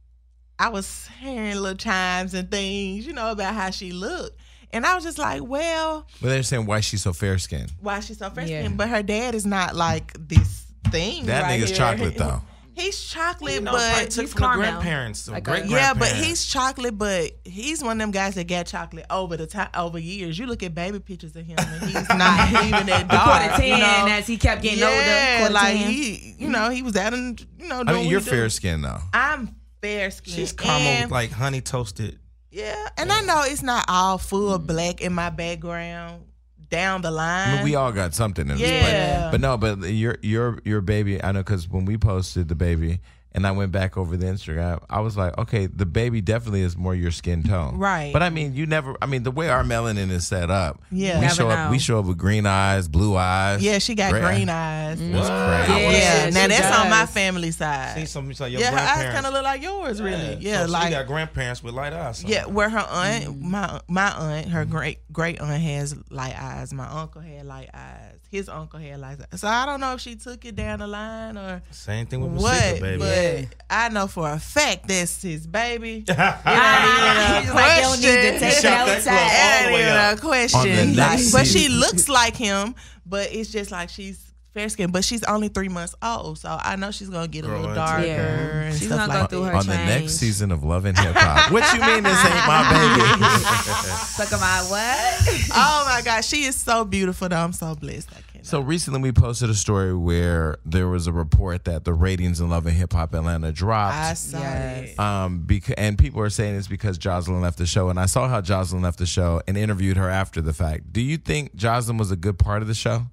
[SPEAKER 1] i was hearing little chimes and things you know about how she looked and i was just like well
[SPEAKER 2] But they're saying why she's so fair skinned.
[SPEAKER 1] why she's so fair
[SPEAKER 3] Yeah.
[SPEAKER 1] skinned but her dad is not like this thing
[SPEAKER 2] That
[SPEAKER 1] right
[SPEAKER 2] nigga's
[SPEAKER 1] here.
[SPEAKER 2] chocolate though.
[SPEAKER 1] He's chocolate,
[SPEAKER 4] You know, probably
[SPEAKER 1] but
[SPEAKER 4] took
[SPEAKER 3] He's
[SPEAKER 4] from the
[SPEAKER 3] Carmel.
[SPEAKER 4] grandparents,
[SPEAKER 3] Like a-
[SPEAKER 4] great
[SPEAKER 1] yeah, but he's chocolate, but he's one of them guys that got chocolate over the time over years. You look at baby pictures of him, and he's not even that
[SPEAKER 3] Quarter
[SPEAKER 1] dark.
[SPEAKER 3] ten,
[SPEAKER 1] you know?
[SPEAKER 3] as he kept getting
[SPEAKER 1] yeah,
[SPEAKER 3] older. Quarter
[SPEAKER 1] like
[SPEAKER 3] 10.
[SPEAKER 1] he, you know, he was out and you know. Doing
[SPEAKER 2] I mean,
[SPEAKER 1] what
[SPEAKER 2] you're
[SPEAKER 1] he do.
[SPEAKER 2] fair skinned though.
[SPEAKER 1] I'm fair skinned.
[SPEAKER 4] she's caramel, like honey toasted.
[SPEAKER 1] yeah, and I know it's not all full black in my background down the line.
[SPEAKER 2] I mean, we all got something in this
[SPEAKER 1] Yeah.
[SPEAKER 2] place. But no, but your your your baby, I know because when we posted the baby and I went back over the Instagram, I was like, okay, the baby definitely is more your skin tone.
[SPEAKER 1] Right.
[SPEAKER 2] But I mean, you never I mean the way our melanin is set up,
[SPEAKER 1] Yeah.
[SPEAKER 2] we
[SPEAKER 1] Never
[SPEAKER 2] show up
[SPEAKER 3] know.
[SPEAKER 2] we show up with green eyes, blue eyes.
[SPEAKER 1] yeah, she got
[SPEAKER 2] gray
[SPEAKER 1] green eyes.
[SPEAKER 2] That's crazy.
[SPEAKER 3] Yeah.
[SPEAKER 1] Yeah, now
[SPEAKER 3] she
[SPEAKER 1] that's on my
[SPEAKER 3] does.
[SPEAKER 1] family side.
[SPEAKER 4] See some, it's like your
[SPEAKER 1] yeah, her eyes
[SPEAKER 4] grandparents.
[SPEAKER 1] kind of look like yours, really. Yeah,
[SPEAKER 4] so
[SPEAKER 1] like
[SPEAKER 4] she got grandparents with light eyes. so-
[SPEAKER 1] Yeah, where her aunt, my my aunt, her great great aunt has light eyes. My uncle had light eyes. His uncle had light eyes. So I don't know if she took it down the line or
[SPEAKER 4] same thing with
[SPEAKER 1] what,
[SPEAKER 4] Masika, baby.
[SPEAKER 1] but I know for a fact that's his baby. That
[SPEAKER 3] Ah,
[SPEAKER 1] even
[SPEAKER 3] he's
[SPEAKER 1] a
[SPEAKER 3] like, you don't need
[SPEAKER 1] question.
[SPEAKER 3] to take
[SPEAKER 4] Shut
[SPEAKER 3] no
[SPEAKER 4] that club
[SPEAKER 3] time.
[SPEAKER 4] all the way
[SPEAKER 1] ain't even
[SPEAKER 4] up.
[SPEAKER 1] a question. Like,
[SPEAKER 2] next
[SPEAKER 1] but
[SPEAKER 2] season.
[SPEAKER 1] she looks like him. But it's just like she's fair skinned, but she's only three months old, so I know she's gonna get a
[SPEAKER 4] Grow
[SPEAKER 1] little
[SPEAKER 4] into it.
[SPEAKER 1] darker.
[SPEAKER 3] Yeah.
[SPEAKER 1] And
[SPEAKER 3] She's
[SPEAKER 1] stuff
[SPEAKER 3] gonna go
[SPEAKER 1] like
[SPEAKER 3] through
[SPEAKER 1] that.
[SPEAKER 3] her
[SPEAKER 2] On the
[SPEAKER 3] change.
[SPEAKER 2] next season of Love and Hip Hop. what you mean this ain't my baby?
[SPEAKER 3] Suck on my what?
[SPEAKER 1] Oh my God, she is so beautiful. Though I'm so blessed. I can't.
[SPEAKER 2] So recently we posted a story where there was a report that the ratings in Love and Hip Hop Atlanta dropped.
[SPEAKER 1] I saw
[SPEAKER 3] Yes.
[SPEAKER 1] it.
[SPEAKER 2] um, because and people are saying it's because Jocelyn left the show, and I saw how Jocelyn left the show and interviewed her after the fact. Do you think Jocelyn was a good part of the show?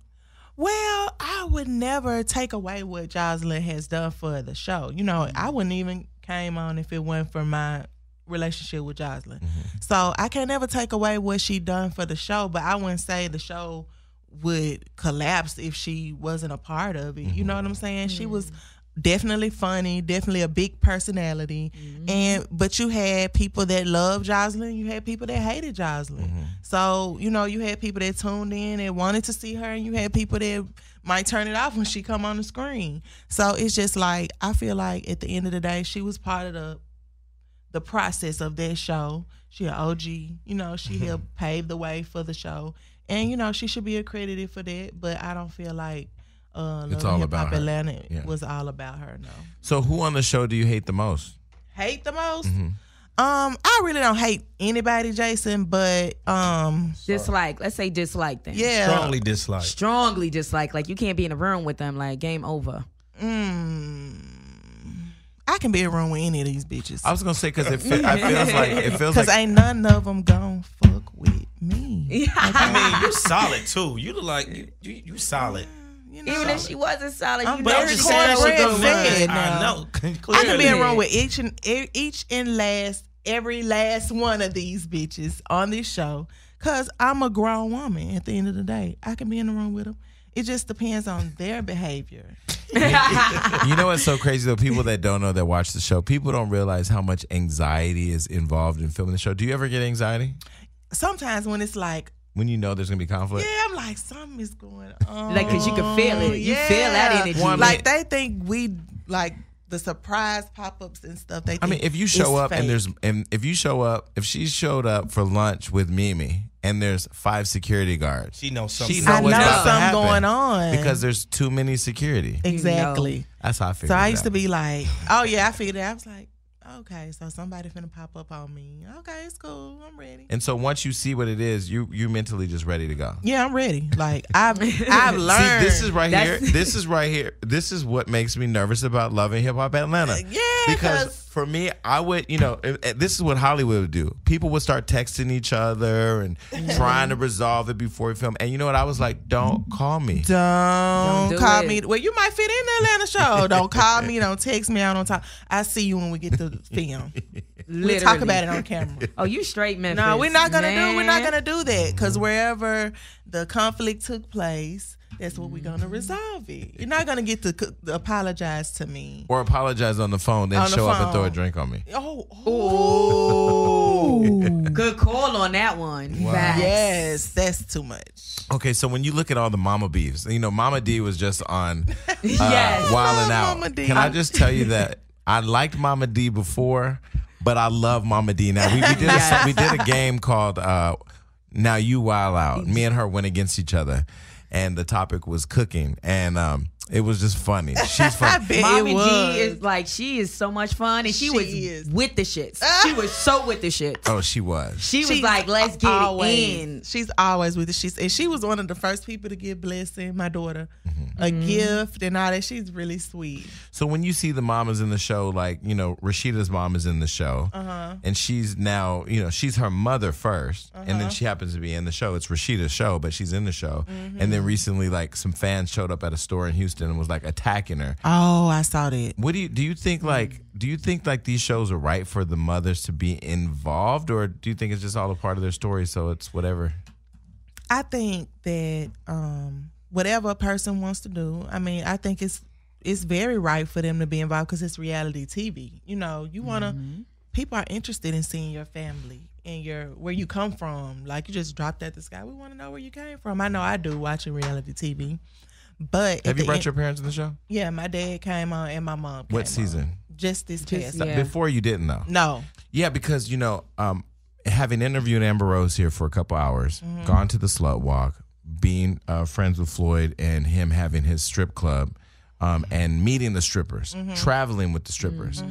[SPEAKER 1] Well, I would never take away what Jocelyn has done for the show. You know, I wouldn't even came on if it wasn't for my relationship with Jocelyn. So I can never take away what she done for the show, but I wouldn't say the show would collapse if she wasn't a part of it. You know what I'm saying? She was
[SPEAKER 3] Mm.
[SPEAKER 1] definitely funny, definitely a big personality.
[SPEAKER 2] Mm-hmm.
[SPEAKER 1] And but you had people that loved Jocelyn, you had people that hated Jocelyn.
[SPEAKER 2] Mm-hmm.
[SPEAKER 1] So, you know, you had people that tuned in and wanted to see her and you had people that might turn it off when she come on the screen. So it's just like I feel like at the end of the day she was part of the the process of that show. She an OG, you know, she
[SPEAKER 2] Mm-hmm.
[SPEAKER 1] helped pave the way for the show. And, you know, she should be accredited for that, but I don't feel like uh Love
[SPEAKER 2] It's
[SPEAKER 1] and
[SPEAKER 2] all
[SPEAKER 1] Hip
[SPEAKER 2] about
[SPEAKER 1] Hop
[SPEAKER 2] her.
[SPEAKER 1] Atlanta
[SPEAKER 2] Yeah.
[SPEAKER 1] was all about her, no.
[SPEAKER 2] So who on the show do you hate the most?
[SPEAKER 1] Hate the most?
[SPEAKER 2] Mm-hmm.
[SPEAKER 1] Um, I really don't hate anybody, Jason, but um
[SPEAKER 3] dislike. Let's say dislike then.
[SPEAKER 1] yeah.
[SPEAKER 4] Strongly disliked.
[SPEAKER 3] Strongly dislike. Like you can't be in a room with them. Like game over.
[SPEAKER 1] Mm, I can be in a room with any of these bitches.
[SPEAKER 2] I was gonna say because it, fe- I feels like it feels
[SPEAKER 1] Cause
[SPEAKER 2] like
[SPEAKER 1] ain't none of them gon' fuck with
[SPEAKER 3] E-,
[SPEAKER 1] me.
[SPEAKER 4] I mean, you solid too. You look like you, you, you solid.
[SPEAKER 1] You know?
[SPEAKER 3] Even if she wasn't solid,
[SPEAKER 1] I'm
[SPEAKER 3] you
[SPEAKER 4] But
[SPEAKER 1] Very
[SPEAKER 4] I'm
[SPEAKER 3] know
[SPEAKER 4] just
[SPEAKER 3] she
[SPEAKER 4] saying she
[SPEAKER 1] cornbread
[SPEAKER 4] good
[SPEAKER 1] fed
[SPEAKER 4] looking.
[SPEAKER 1] now.
[SPEAKER 4] I know.
[SPEAKER 1] I can be in
[SPEAKER 4] Clearly.
[SPEAKER 1] a room with each and e- each and last every last one of these bitches on this show. Cause I'm a grown woman. At the end of the day, I can be in the room with them. It just depends on their behavior.
[SPEAKER 2] you know what's so crazy though. People that don't know that watch the show, people don't realize how much anxiety is involved in filming the show. Do you ever get anxiety
[SPEAKER 1] Sometimes when it's like,
[SPEAKER 2] when you know there's gonna be conflict?
[SPEAKER 1] yeah, I'm like something is going on.
[SPEAKER 3] Like, cause you can feel it. You feel that
[SPEAKER 1] Yeah.
[SPEAKER 3] energy.
[SPEAKER 2] One minute.
[SPEAKER 1] like they think we like the surprise pop-ups and stuff they
[SPEAKER 2] I mean,
[SPEAKER 1] think
[SPEAKER 2] if you
[SPEAKER 1] it's
[SPEAKER 2] show up
[SPEAKER 1] fake.
[SPEAKER 2] and there's and if you show up, if she showed up for lunch with Mimi and there's five security guards,
[SPEAKER 4] She knows something.
[SPEAKER 2] she
[SPEAKER 1] I
[SPEAKER 2] know what's
[SPEAKER 1] know
[SPEAKER 2] about to
[SPEAKER 1] something
[SPEAKER 2] happen
[SPEAKER 1] going on.
[SPEAKER 2] because there's too many security.
[SPEAKER 1] exactly
[SPEAKER 2] That's how I figured.
[SPEAKER 1] so i
[SPEAKER 2] it
[SPEAKER 1] used
[SPEAKER 2] out.
[SPEAKER 1] to be like oh yeah i figured it out. i was like okay so somebody finna pop up on me okay it's cool i'm ready
[SPEAKER 2] And so once you see what it is, you you mentally just ready to go.
[SPEAKER 1] yeah i'm ready like i've i've
[SPEAKER 2] See,
[SPEAKER 1] learned
[SPEAKER 2] this is right here.
[SPEAKER 3] That's-
[SPEAKER 2] This is right here. This is what makes me nervous about loving hip hop Atlanta.
[SPEAKER 1] yeah
[SPEAKER 2] Because for me, I would, you know, if- if- this is what Hollywood would do. People would start texting each other and trying to resolve it before we film. And you know what? I was like, don't call me.
[SPEAKER 1] Don't,
[SPEAKER 3] do
[SPEAKER 1] call
[SPEAKER 3] it.
[SPEAKER 1] me. Well, you might fit in the Atlanta show. Don't call me. Don't text me. I don't talk. I see you when we get to film.
[SPEAKER 3] Literally.
[SPEAKER 1] We'll talk about it on camera.
[SPEAKER 3] Oh, you straight Memphis.
[SPEAKER 1] No, we're not gonna do. We're not
[SPEAKER 3] man. Mm-hmm.
[SPEAKER 1] gonna do that because wherever the conflict took place, that's what we're
[SPEAKER 3] Mm-hmm.
[SPEAKER 1] gonna resolve it. You're not gonna get to c- apologize to me.
[SPEAKER 2] Or apologize on the phone, then
[SPEAKER 1] On the
[SPEAKER 2] show up and throw a
[SPEAKER 1] phone.
[SPEAKER 2] drink on me.
[SPEAKER 1] Oh, oh.
[SPEAKER 3] Good call on that one. Facts.
[SPEAKER 1] yes, that's too much.
[SPEAKER 2] Okay, so when you look at all the mama beefs, you know, Mama D was just on uh,
[SPEAKER 3] Yes.
[SPEAKER 2] Wildin'
[SPEAKER 1] love
[SPEAKER 2] Out.
[SPEAKER 1] Mama D.
[SPEAKER 2] Can I just tell you that I liked Mama D before, but I love Mama D now. We, we did a, we did a game called uh, Now You Wild Out. Me and her went against each other. and the topic was cooking, and um, it was just funny. She's
[SPEAKER 1] I
[SPEAKER 2] funny.
[SPEAKER 1] bet it
[SPEAKER 3] Mommy
[SPEAKER 1] was.
[SPEAKER 3] G is like she is so much fun, and she,
[SPEAKER 1] She
[SPEAKER 3] was
[SPEAKER 1] is.
[SPEAKER 3] with the shits. she was so with the shits.
[SPEAKER 2] oh, she was.
[SPEAKER 3] She was
[SPEAKER 1] She's
[SPEAKER 3] like, "Let's get
[SPEAKER 1] always-
[SPEAKER 3] it in."
[SPEAKER 1] She's always with it. She's and she was one of the first people to give blessing my daughter
[SPEAKER 2] Mm-hmm.
[SPEAKER 1] a
[SPEAKER 3] Mm-hmm.
[SPEAKER 1] gift and all that. She's really sweet.
[SPEAKER 2] So when you see the mamas in the show, like you know Rashida's mom is in the show,
[SPEAKER 1] Uh-huh.
[SPEAKER 2] and she's now you know she's her mother 1st and
[SPEAKER 1] Uh-huh.
[SPEAKER 2] then she happens to be in the show. It's Rashida's show, but she's in the show.
[SPEAKER 1] Mm-hmm.
[SPEAKER 2] And then recently, like some fans showed up at a store in Houston and was like attacking her.
[SPEAKER 1] Oh, I saw that.
[SPEAKER 2] What do you do? You think
[SPEAKER 1] Mm-hmm.
[SPEAKER 2] like do you think like these shows are right for the mothers to be involved, or do you think it's just all a part of their story? So it's whatever.
[SPEAKER 1] I think that um, whatever a person wants to do, I mean, I think it's it's very right for them to be involved because it's reality TV. You know, you want to.
[SPEAKER 3] Mm-hmm.
[SPEAKER 1] People are interested in seeing your family and your where you come from. Like you just dropped at the sky. We want to know where you came from. I know I do watching reality TV, but at
[SPEAKER 2] Have you
[SPEAKER 1] the
[SPEAKER 2] brought
[SPEAKER 1] end-
[SPEAKER 2] your parents in the show?
[SPEAKER 1] Yeah, my dad came on and my mom.
[SPEAKER 2] What
[SPEAKER 1] came on.
[SPEAKER 2] season?
[SPEAKER 1] Just this past.
[SPEAKER 3] yeah.
[SPEAKER 2] Before you didn't though.
[SPEAKER 1] No.
[SPEAKER 2] Yeah, because you know, um, having interviewed Amber Rose here for a couple hours, gone to the slut walk, being uh, friends with Floyd and him having his strip club, um, and meeting the strippers, traveling with the strippers,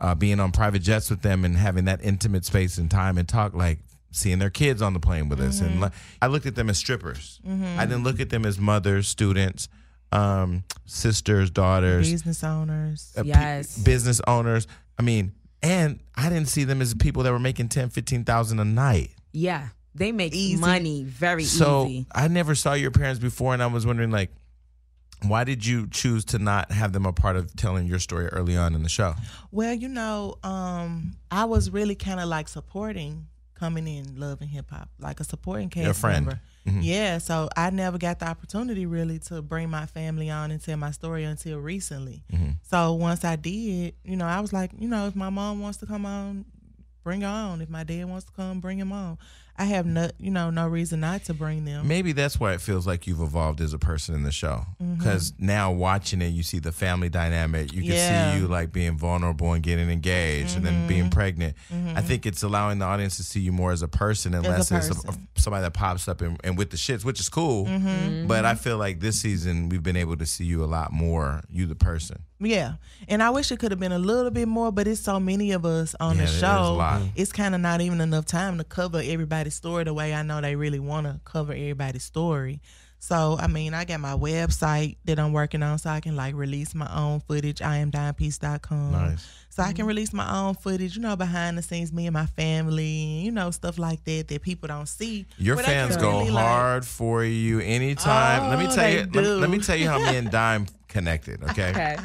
[SPEAKER 2] uh, being on private jets with them, and having that intimate space and time and talk like. Seeing their kids on the plane with us, and like, I looked at them as strippers. I didn't look at them as mothers, students, um, sisters, daughters
[SPEAKER 1] Business owners.
[SPEAKER 2] uh, pe-
[SPEAKER 3] Yes.
[SPEAKER 2] business owners. I mean, and I didn't see them as people that were making 10, 15,000 a night.
[SPEAKER 3] Yeah, they make
[SPEAKER 1] Easy.
[SPEAKER 3] money very
[SPEAKER 2] So
[SPEAKER 3] easy.
[SPEAKER 2] I never saw your parents before, and I was wondering, like, why did you choose to not have them a part of telling your story early on in the show?
[SPEAKER 1] Well, you know, um, I was really kind of like supporting coming in love and hip hop, like a supporting cast
[SPEAKER 2] a friend. Mm-hmm.
[SPEAKER 1] member. Yeah, so I never got the opportunity really to bring my family on and tell my story until recently.
[SPEAKER 2] Mm-hmm.
[SPEAKER 1] So once I did, you know, I was like, you know, if my mom wants to come on, bring her on. If my dad wants to come, bring him on. I have no, you know, no reason not to bring them.
[SPEAKER 2] Maybe that's why it feels like you've evolved as a person in the show.
[SPEAKER 1] Mm-hmm.
[SPEAKER 2] Because now watching it, you see the family dynamic. You can
[SPEAKER 1] Yeah. Mm-hmm.
[SPEAKER 2] see you like being vulnerable and getting engaged and then being pregnant. I think it's allowing the audience to see you more as a person and
[SPEAKER 1] As a
[SPEAKER 2] less as a-
[SPEAKER 1] person.
[SPEAKER 2] somebody that pops up and, and with the shits, which is cool.
[SPEAKER 1] Mm-hmm.
[SPEAKER 2] But I feel like this season we've been able to see you a lot more, you the person.
[SPEAKER 1] Yeah, and I wish it could have been a little bit more, but it's so many of us on the
[SPEAKER 2] Yeah, it is a
[SPEAKER 1] show.
[SPEAKER 2] lot.
[SPEAKER 1] It's kind of not even enough time to cover everybody's story the way I know they really want to cover everybody's story. So I mean, I got my website that I'm working on, so I can like release my own footage. I am dyingpeace.com.
[SPEAKER 2] Nice.
[SPEAKER 1] So I can release my own footage, you know, behind the scenes, me and my family, you know, stuff like that that people don't see.
[SPEAKER 2] Your
[SPEAKER 1] Where they can
[SPEAKER 2] fans go
[SPEAKER 1] really, like-
[SPEAKER 2] hard for you anytime. let me
[SPEAKER 1] Oh,
[SPEAKER 2] tell
[SPEAKER 1] they
[SPEAKER 2] you. Let me,
[SPEAKER 1] do.
[SPEAKER 2] let me tell you how me and Dime connected.
[SPEAKER 3] okay.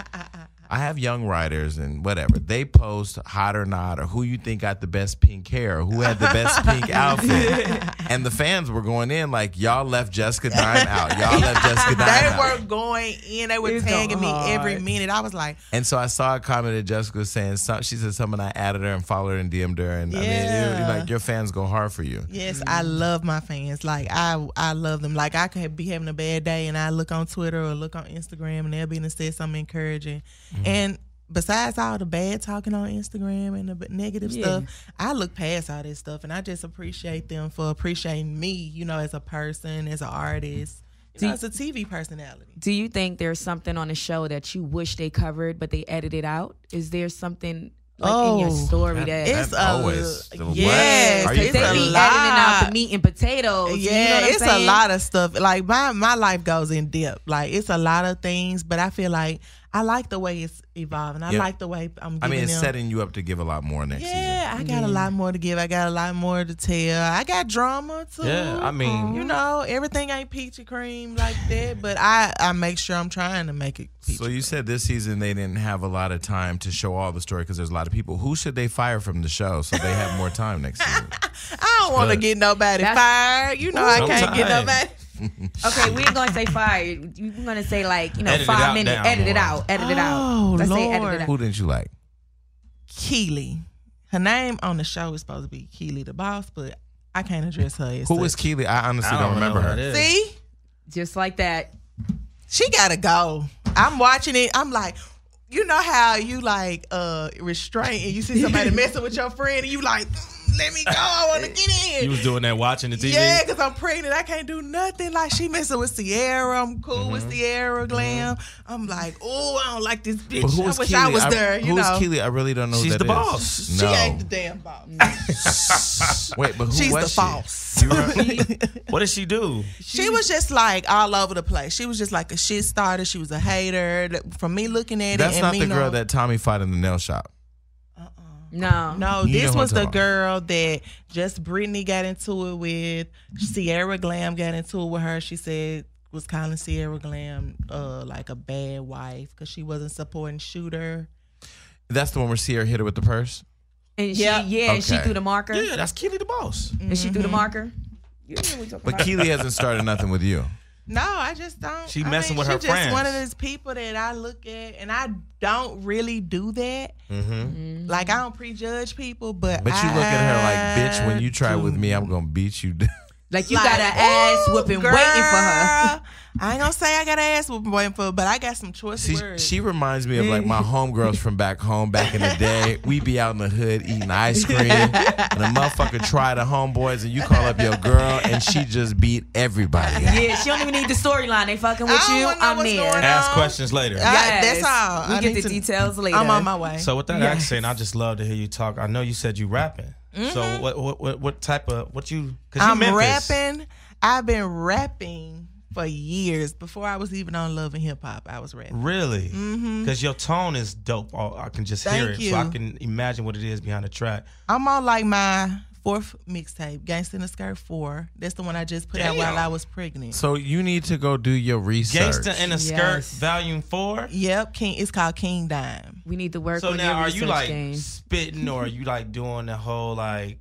[SPEAKER 2] I have young writers and whatever. They post hot or not or who you think got the best pink hair or who had the best pink outfit. And the fans were going in like, y'all left Jessica Dime out. Y'all left Jessica Dime
[SPEAKER 1] they
[SPEAKER 2] out.
[SPEAKER 1] were going in. They were
[SPEAKER 3] It's
[SPEAKER 1] tagging me
[SPEAKER 3] hard.
[SPEAKER 1] every minute. I was like,
[SPEAKER 2] And so I saw a comment that Jessica was saying, some, she said something I added her and followed her and DM'd her. And I mean, it-
[SPEAKER 1] Yeah.
[SPEAKER 2] like your fans go hard for you.
[SPEAKER 1] Yes, I
[SPEAKER 2] Mm-hmm.
[SPEAKER 1] love my fans. Like I, I love them. Like I could be having a bad day, and I look on Twitter or look on Instagram, and they'll be and say something encouraging.
[SPEAKER 2] Mm-hmm.
[SPEAKER 1] And besides all the bad talking on Instagram and the b- negative
[SPEAKER 3] Yeah.
[SPEAKER 1] stuff, I look past all this stuff, and I just appreciate them for appreciating me. You know, as a person, as an artist, you know, as a TV personality.
[SPEAKER 3] Do you think there's something on the show that you wish they covered but they edited out? Is there something like in your
[SPEAKER 1] Oh.
[SPEAKER 3] story that
[SPEAKER 1] It's
[SPEAKER 2] That
[SPEAKER 1] a-
[SPEAKER 2] always- the-
[SPEAKER 1] yes,
[SPEAKER 2] what? Are you
[SPEAKER 3] they be
[SPEAKER 1] a
[SPEAKER 2] crazy?
[SPEAKER 3] editing
[SPEAKER 1] lot.
[SPEAKER 3] out the meat and potatoes? you know
[SPEAKER 1] Yeah,
[SPEAKER 3] what I'm
[SPEAKER 1] it's
[SPEAKER 3] saying?
[SPEAKER 1] a lot of stuff. Like my my life goes in depth. Like it's a lot of things, but I feel like I like the way it's evolving. I
[SPEAKER 2] Yeah.
[SPEAKER 1] like the way I'm. Giving
[SPEAKER 2] I mean, it's
[SPEAKER 1] them.
[SPEAKER 2] setting you up to give a lot more next season.
[SPEAKER 1] Yeah, I got
[SPEAKER 3] Mm-hmm.
[SPEAKER 1] a lot more to give. I got a lot more to tell. I got drama too.
[SPEAKER 4] Yeah, I mean-
[SPEAKER 1] you know, everything ain't peachy cream like that. But I I make sure I'm trying to make it. Peachy.
[SPEAKER 2] So you said this season they didn't have a lot of time to show all the story because there's a lot of people. Who should they fire from the show so they have more time next season?
[SPEAKER 1] I don't want to
[SPEAKER 2] Look.
[SPEAKER 1] get nobody
[SPEAKER 3] That's-
[SPEAKER 1] fired. You know, I can't get
[SPEAKER 4] Sometimes.
[SPEAKER 1] nobody.
[SPEAKER 3] Okay, we ain't gonna say fired. We're gonna say like you know
[SPEAKER 4] Edit it
[SPEAKER 3] five
[SPEAKER 4] out
[SPEAKER 3] minutes.
[SPEAKER 4] down
[SPEAKER 3] Edit it
[SPEAKER 4] more.
[SPEAKER 3] out. Edit it out.
[SPEAKER 1] Oh,
[SPEAKER 3] Let's say edit
[SPEAKER 1] Lord.
[SPEAKER 3] it out.
[SPEAKER 2] Who didn't you like?
[SPEAKER 1] Keely. Her name on the show is supposed to be Keely the boss, but I can't address her as
[SPEAKER 2] Who was
[SPEAKER 1] such.
[SPEAKER 2] Keely? I honestly don't, remember her.
[SPEAKER 1] See?
[SPEAKER 3] Just like that.
[SPEAKER 1] She gotta go. I'm watching it. I'm like, you know how you like uh restraint and you see somebody messing with your friend and you like let me go. I want to get
[SPEAKER 4] You
[SPEAKER 1] in.
[SPEAKER 4] was doing that watching the TV.
[SPEAKER 1] Yeah, because I'm pregnant. I can't do nothing. Like, she messing with Sierra. I'm cool
[SPEAKER 2] Mm-hmm.
[SPEAKER 1] with Sierra Glam. I'm like, oh, I don't like this bitch.
[SPEAKER 2] But who
[SPEAKER 1] I
[SPEAKER 2] was
[SPEAKER 1] wish
[SPEAKER 2] Keely?
[SPEAKER 1] I was there, you
[SPEAKER 2] who's
[SPEAKER 1] know.
[SPEAKER 2] Keely? I really don't know. who
[SPEAKER 4] She's
[SPEAKER 2] that
[SPEAKER 4] the
[SPEAKER 2] is.
[SPEAKER 4] boss.
[SPEAKER 1] She
[SPEAKER 2] No.
[SPEAKER 1] ain't the damn boss.
[SPEAKER 2] Wait, but who
[SPEAKER 1] She's
[SPEAKER 2] was
[SPEAKER 1] the
[SPEAKER 2] she?
[SPEAKER 1] false.
[SPEAKER 2] You remember-
[SPEAKER 4] What did she do?
[SPEAKER 1] She was just like all over the place. She was just like a shit starter. She was a hater. From me looking at
[SPEAKER 2] That's
[SPEAKER 1] it, and
[SPEAKER 2] not
[SPEAKER 1] me
[SPEAKER 2] the girl
[SPEAKER 1] knowing-
[SPEAKER 2] that Tommy fought in the nail shop.
[SPEAKER 3] No.
[SPEAKER 1] No,
[SPEAKER 2] You know
[SPEAKER 1] this
[SPEAKER 2] who
[SPEAKER 1] was
[SPEAKER 2] I'm
[SPEAKER 1] the
[SPEAKER 2] talking
[SPEAKER 1] girl that just Brittany got into it with. Sierra Glam got into it with her. She said was calling Sierra Glam uh, like a bad wife because she wasn't supporting Shooter.
[SPEAKER 2] That's the one where Sierra hit her with the purse.
[SPEAKER 3] And she, yeah,
[SPEAKER 1] Yeah.
[SPEAKER 3] and she
[SPEAKER 2] Okay.
[SPEAKER 3] threw the marker.
[SPEAKER 4] Yeah, that's Keely the boss.
[SPEAKER 1] Mm-hmm.
[SPEAKER 3] And she threw the marker. You know what we talking
[SPEAKER 2] But
[SPEAKER 3] about.
[SPEAKER 2] Keely hasn't started nothing with you.
[SPEAKER 1] No, I just don't.
[SPEAKER 4] She
[SPEAKER 1] I
[SPEAKER 4] messing
[SPEAKER 1] mean,
[SPEAKER 4] with
[SPEAKER 1] she
[SPEAKER 4] her
[SPEAKER 1] just
[SPEAKER 4] friends.
[SPEAKER 1] One of those people that I look at and I don't really do that.
[SPEAKER 4] Mm-hmm.
[SPEAKER 1] Like I don't prejudge people, but
[SPEAKER 2] But you look at her like, bitch, when you try
[SPEAKER 1] I
[SPEAKER 2] with
[SPEAKER 1] do
[SPEAKER 2] me, I'm gonna beat you. down."
[SPEAKER 3] Like you got an ass whooping waiting for her.
[SPEAKER 1] I ain't gonna say I got an ass whooping waiting for her, but I got some choice
[SPEAKER 2] See,
[SPEAKER 1] words.
[SPEAKER 2] she reminds me of like my homegirls from back home back in the day. We'd be out in the hood eating ice cream, and a motherfucker try the homeboys, and you call up your girl, and she just beat everybody. up.
[SPEAKER 3] Yeah, she don't even need the storyline. They fucking with
[SPEAKER 1] I don't
[SPEAKER 3] you.
[SPEAKER 1] wanna know
[SPEAKER 3] I'm
[SPEAKER 1] what's going
[SPEAKER 3] there.
[SPEAKER 1] on.
[SPEAKER 4] Ask
[SPEAKER 1] Um,
[SPEAKER 4] questions later.
[SPEAKER 1] I- that's all.
[SPEAKER 3] We
[SPEAKER 1] I
[SPEAKER 3] get
[SPEAKER 1] need to-
[SPEAKER 3] the details later.
[SPEAKER 1] I'm on my way.
[SPEAKER 4] So with that
[SPEAKER 3] Yes.
[SPEAKER 4] accent, I just love to hear you talk. I know you said you rapping. So what what what, what type of what you? Cause
[SPEAKER 1] Mm-hmm.
[SPEAKER 4] you
[SPEAKER 1] I'm
[SPEAKER 4] Memphis.
[SPEAKER 1] rapping. I've been rapping for years before I was even on Love and Hip Hop. I was rapping.
[SPEAKER 4] Really? Because your tone is dope. Oh, I can just hear
[SPEAKER 1] Mm-hmm.
[SPEAKER 4] it,
[SPEAKER 1] Thank
[SPEAKER 4] so I
[SPEAKER 1] you.
[SPEAKER 4] can imagine what it is behind the track.
[SPEAKER 1] I'm on like my fourth mixtape, Gangsta in the Skirt Four. That's the one I just put out while I was pregnant.
[SPEAKER 2] So you need to go do your research.
[SPEAKER 4] Gangsta in a
[SPEAKER 3] Yes.
[SPEAKER 4] Skirt, Volume Four.
[SPEAKER 1] Yep, King. It's called King Dime.
[SPEAKER 3] We need to work
[SPEAKER 4] So
[SPEAKER 3] on
[SPEAKER 4] now,
[SPEAKER 3] your
[SPEAKER 4] are
[SPEAKER 3] research
[SPEAKER 4] you like
[SPEAKER 3] game.
[SPEAKER 4] spitting, or are you like doing the whole like?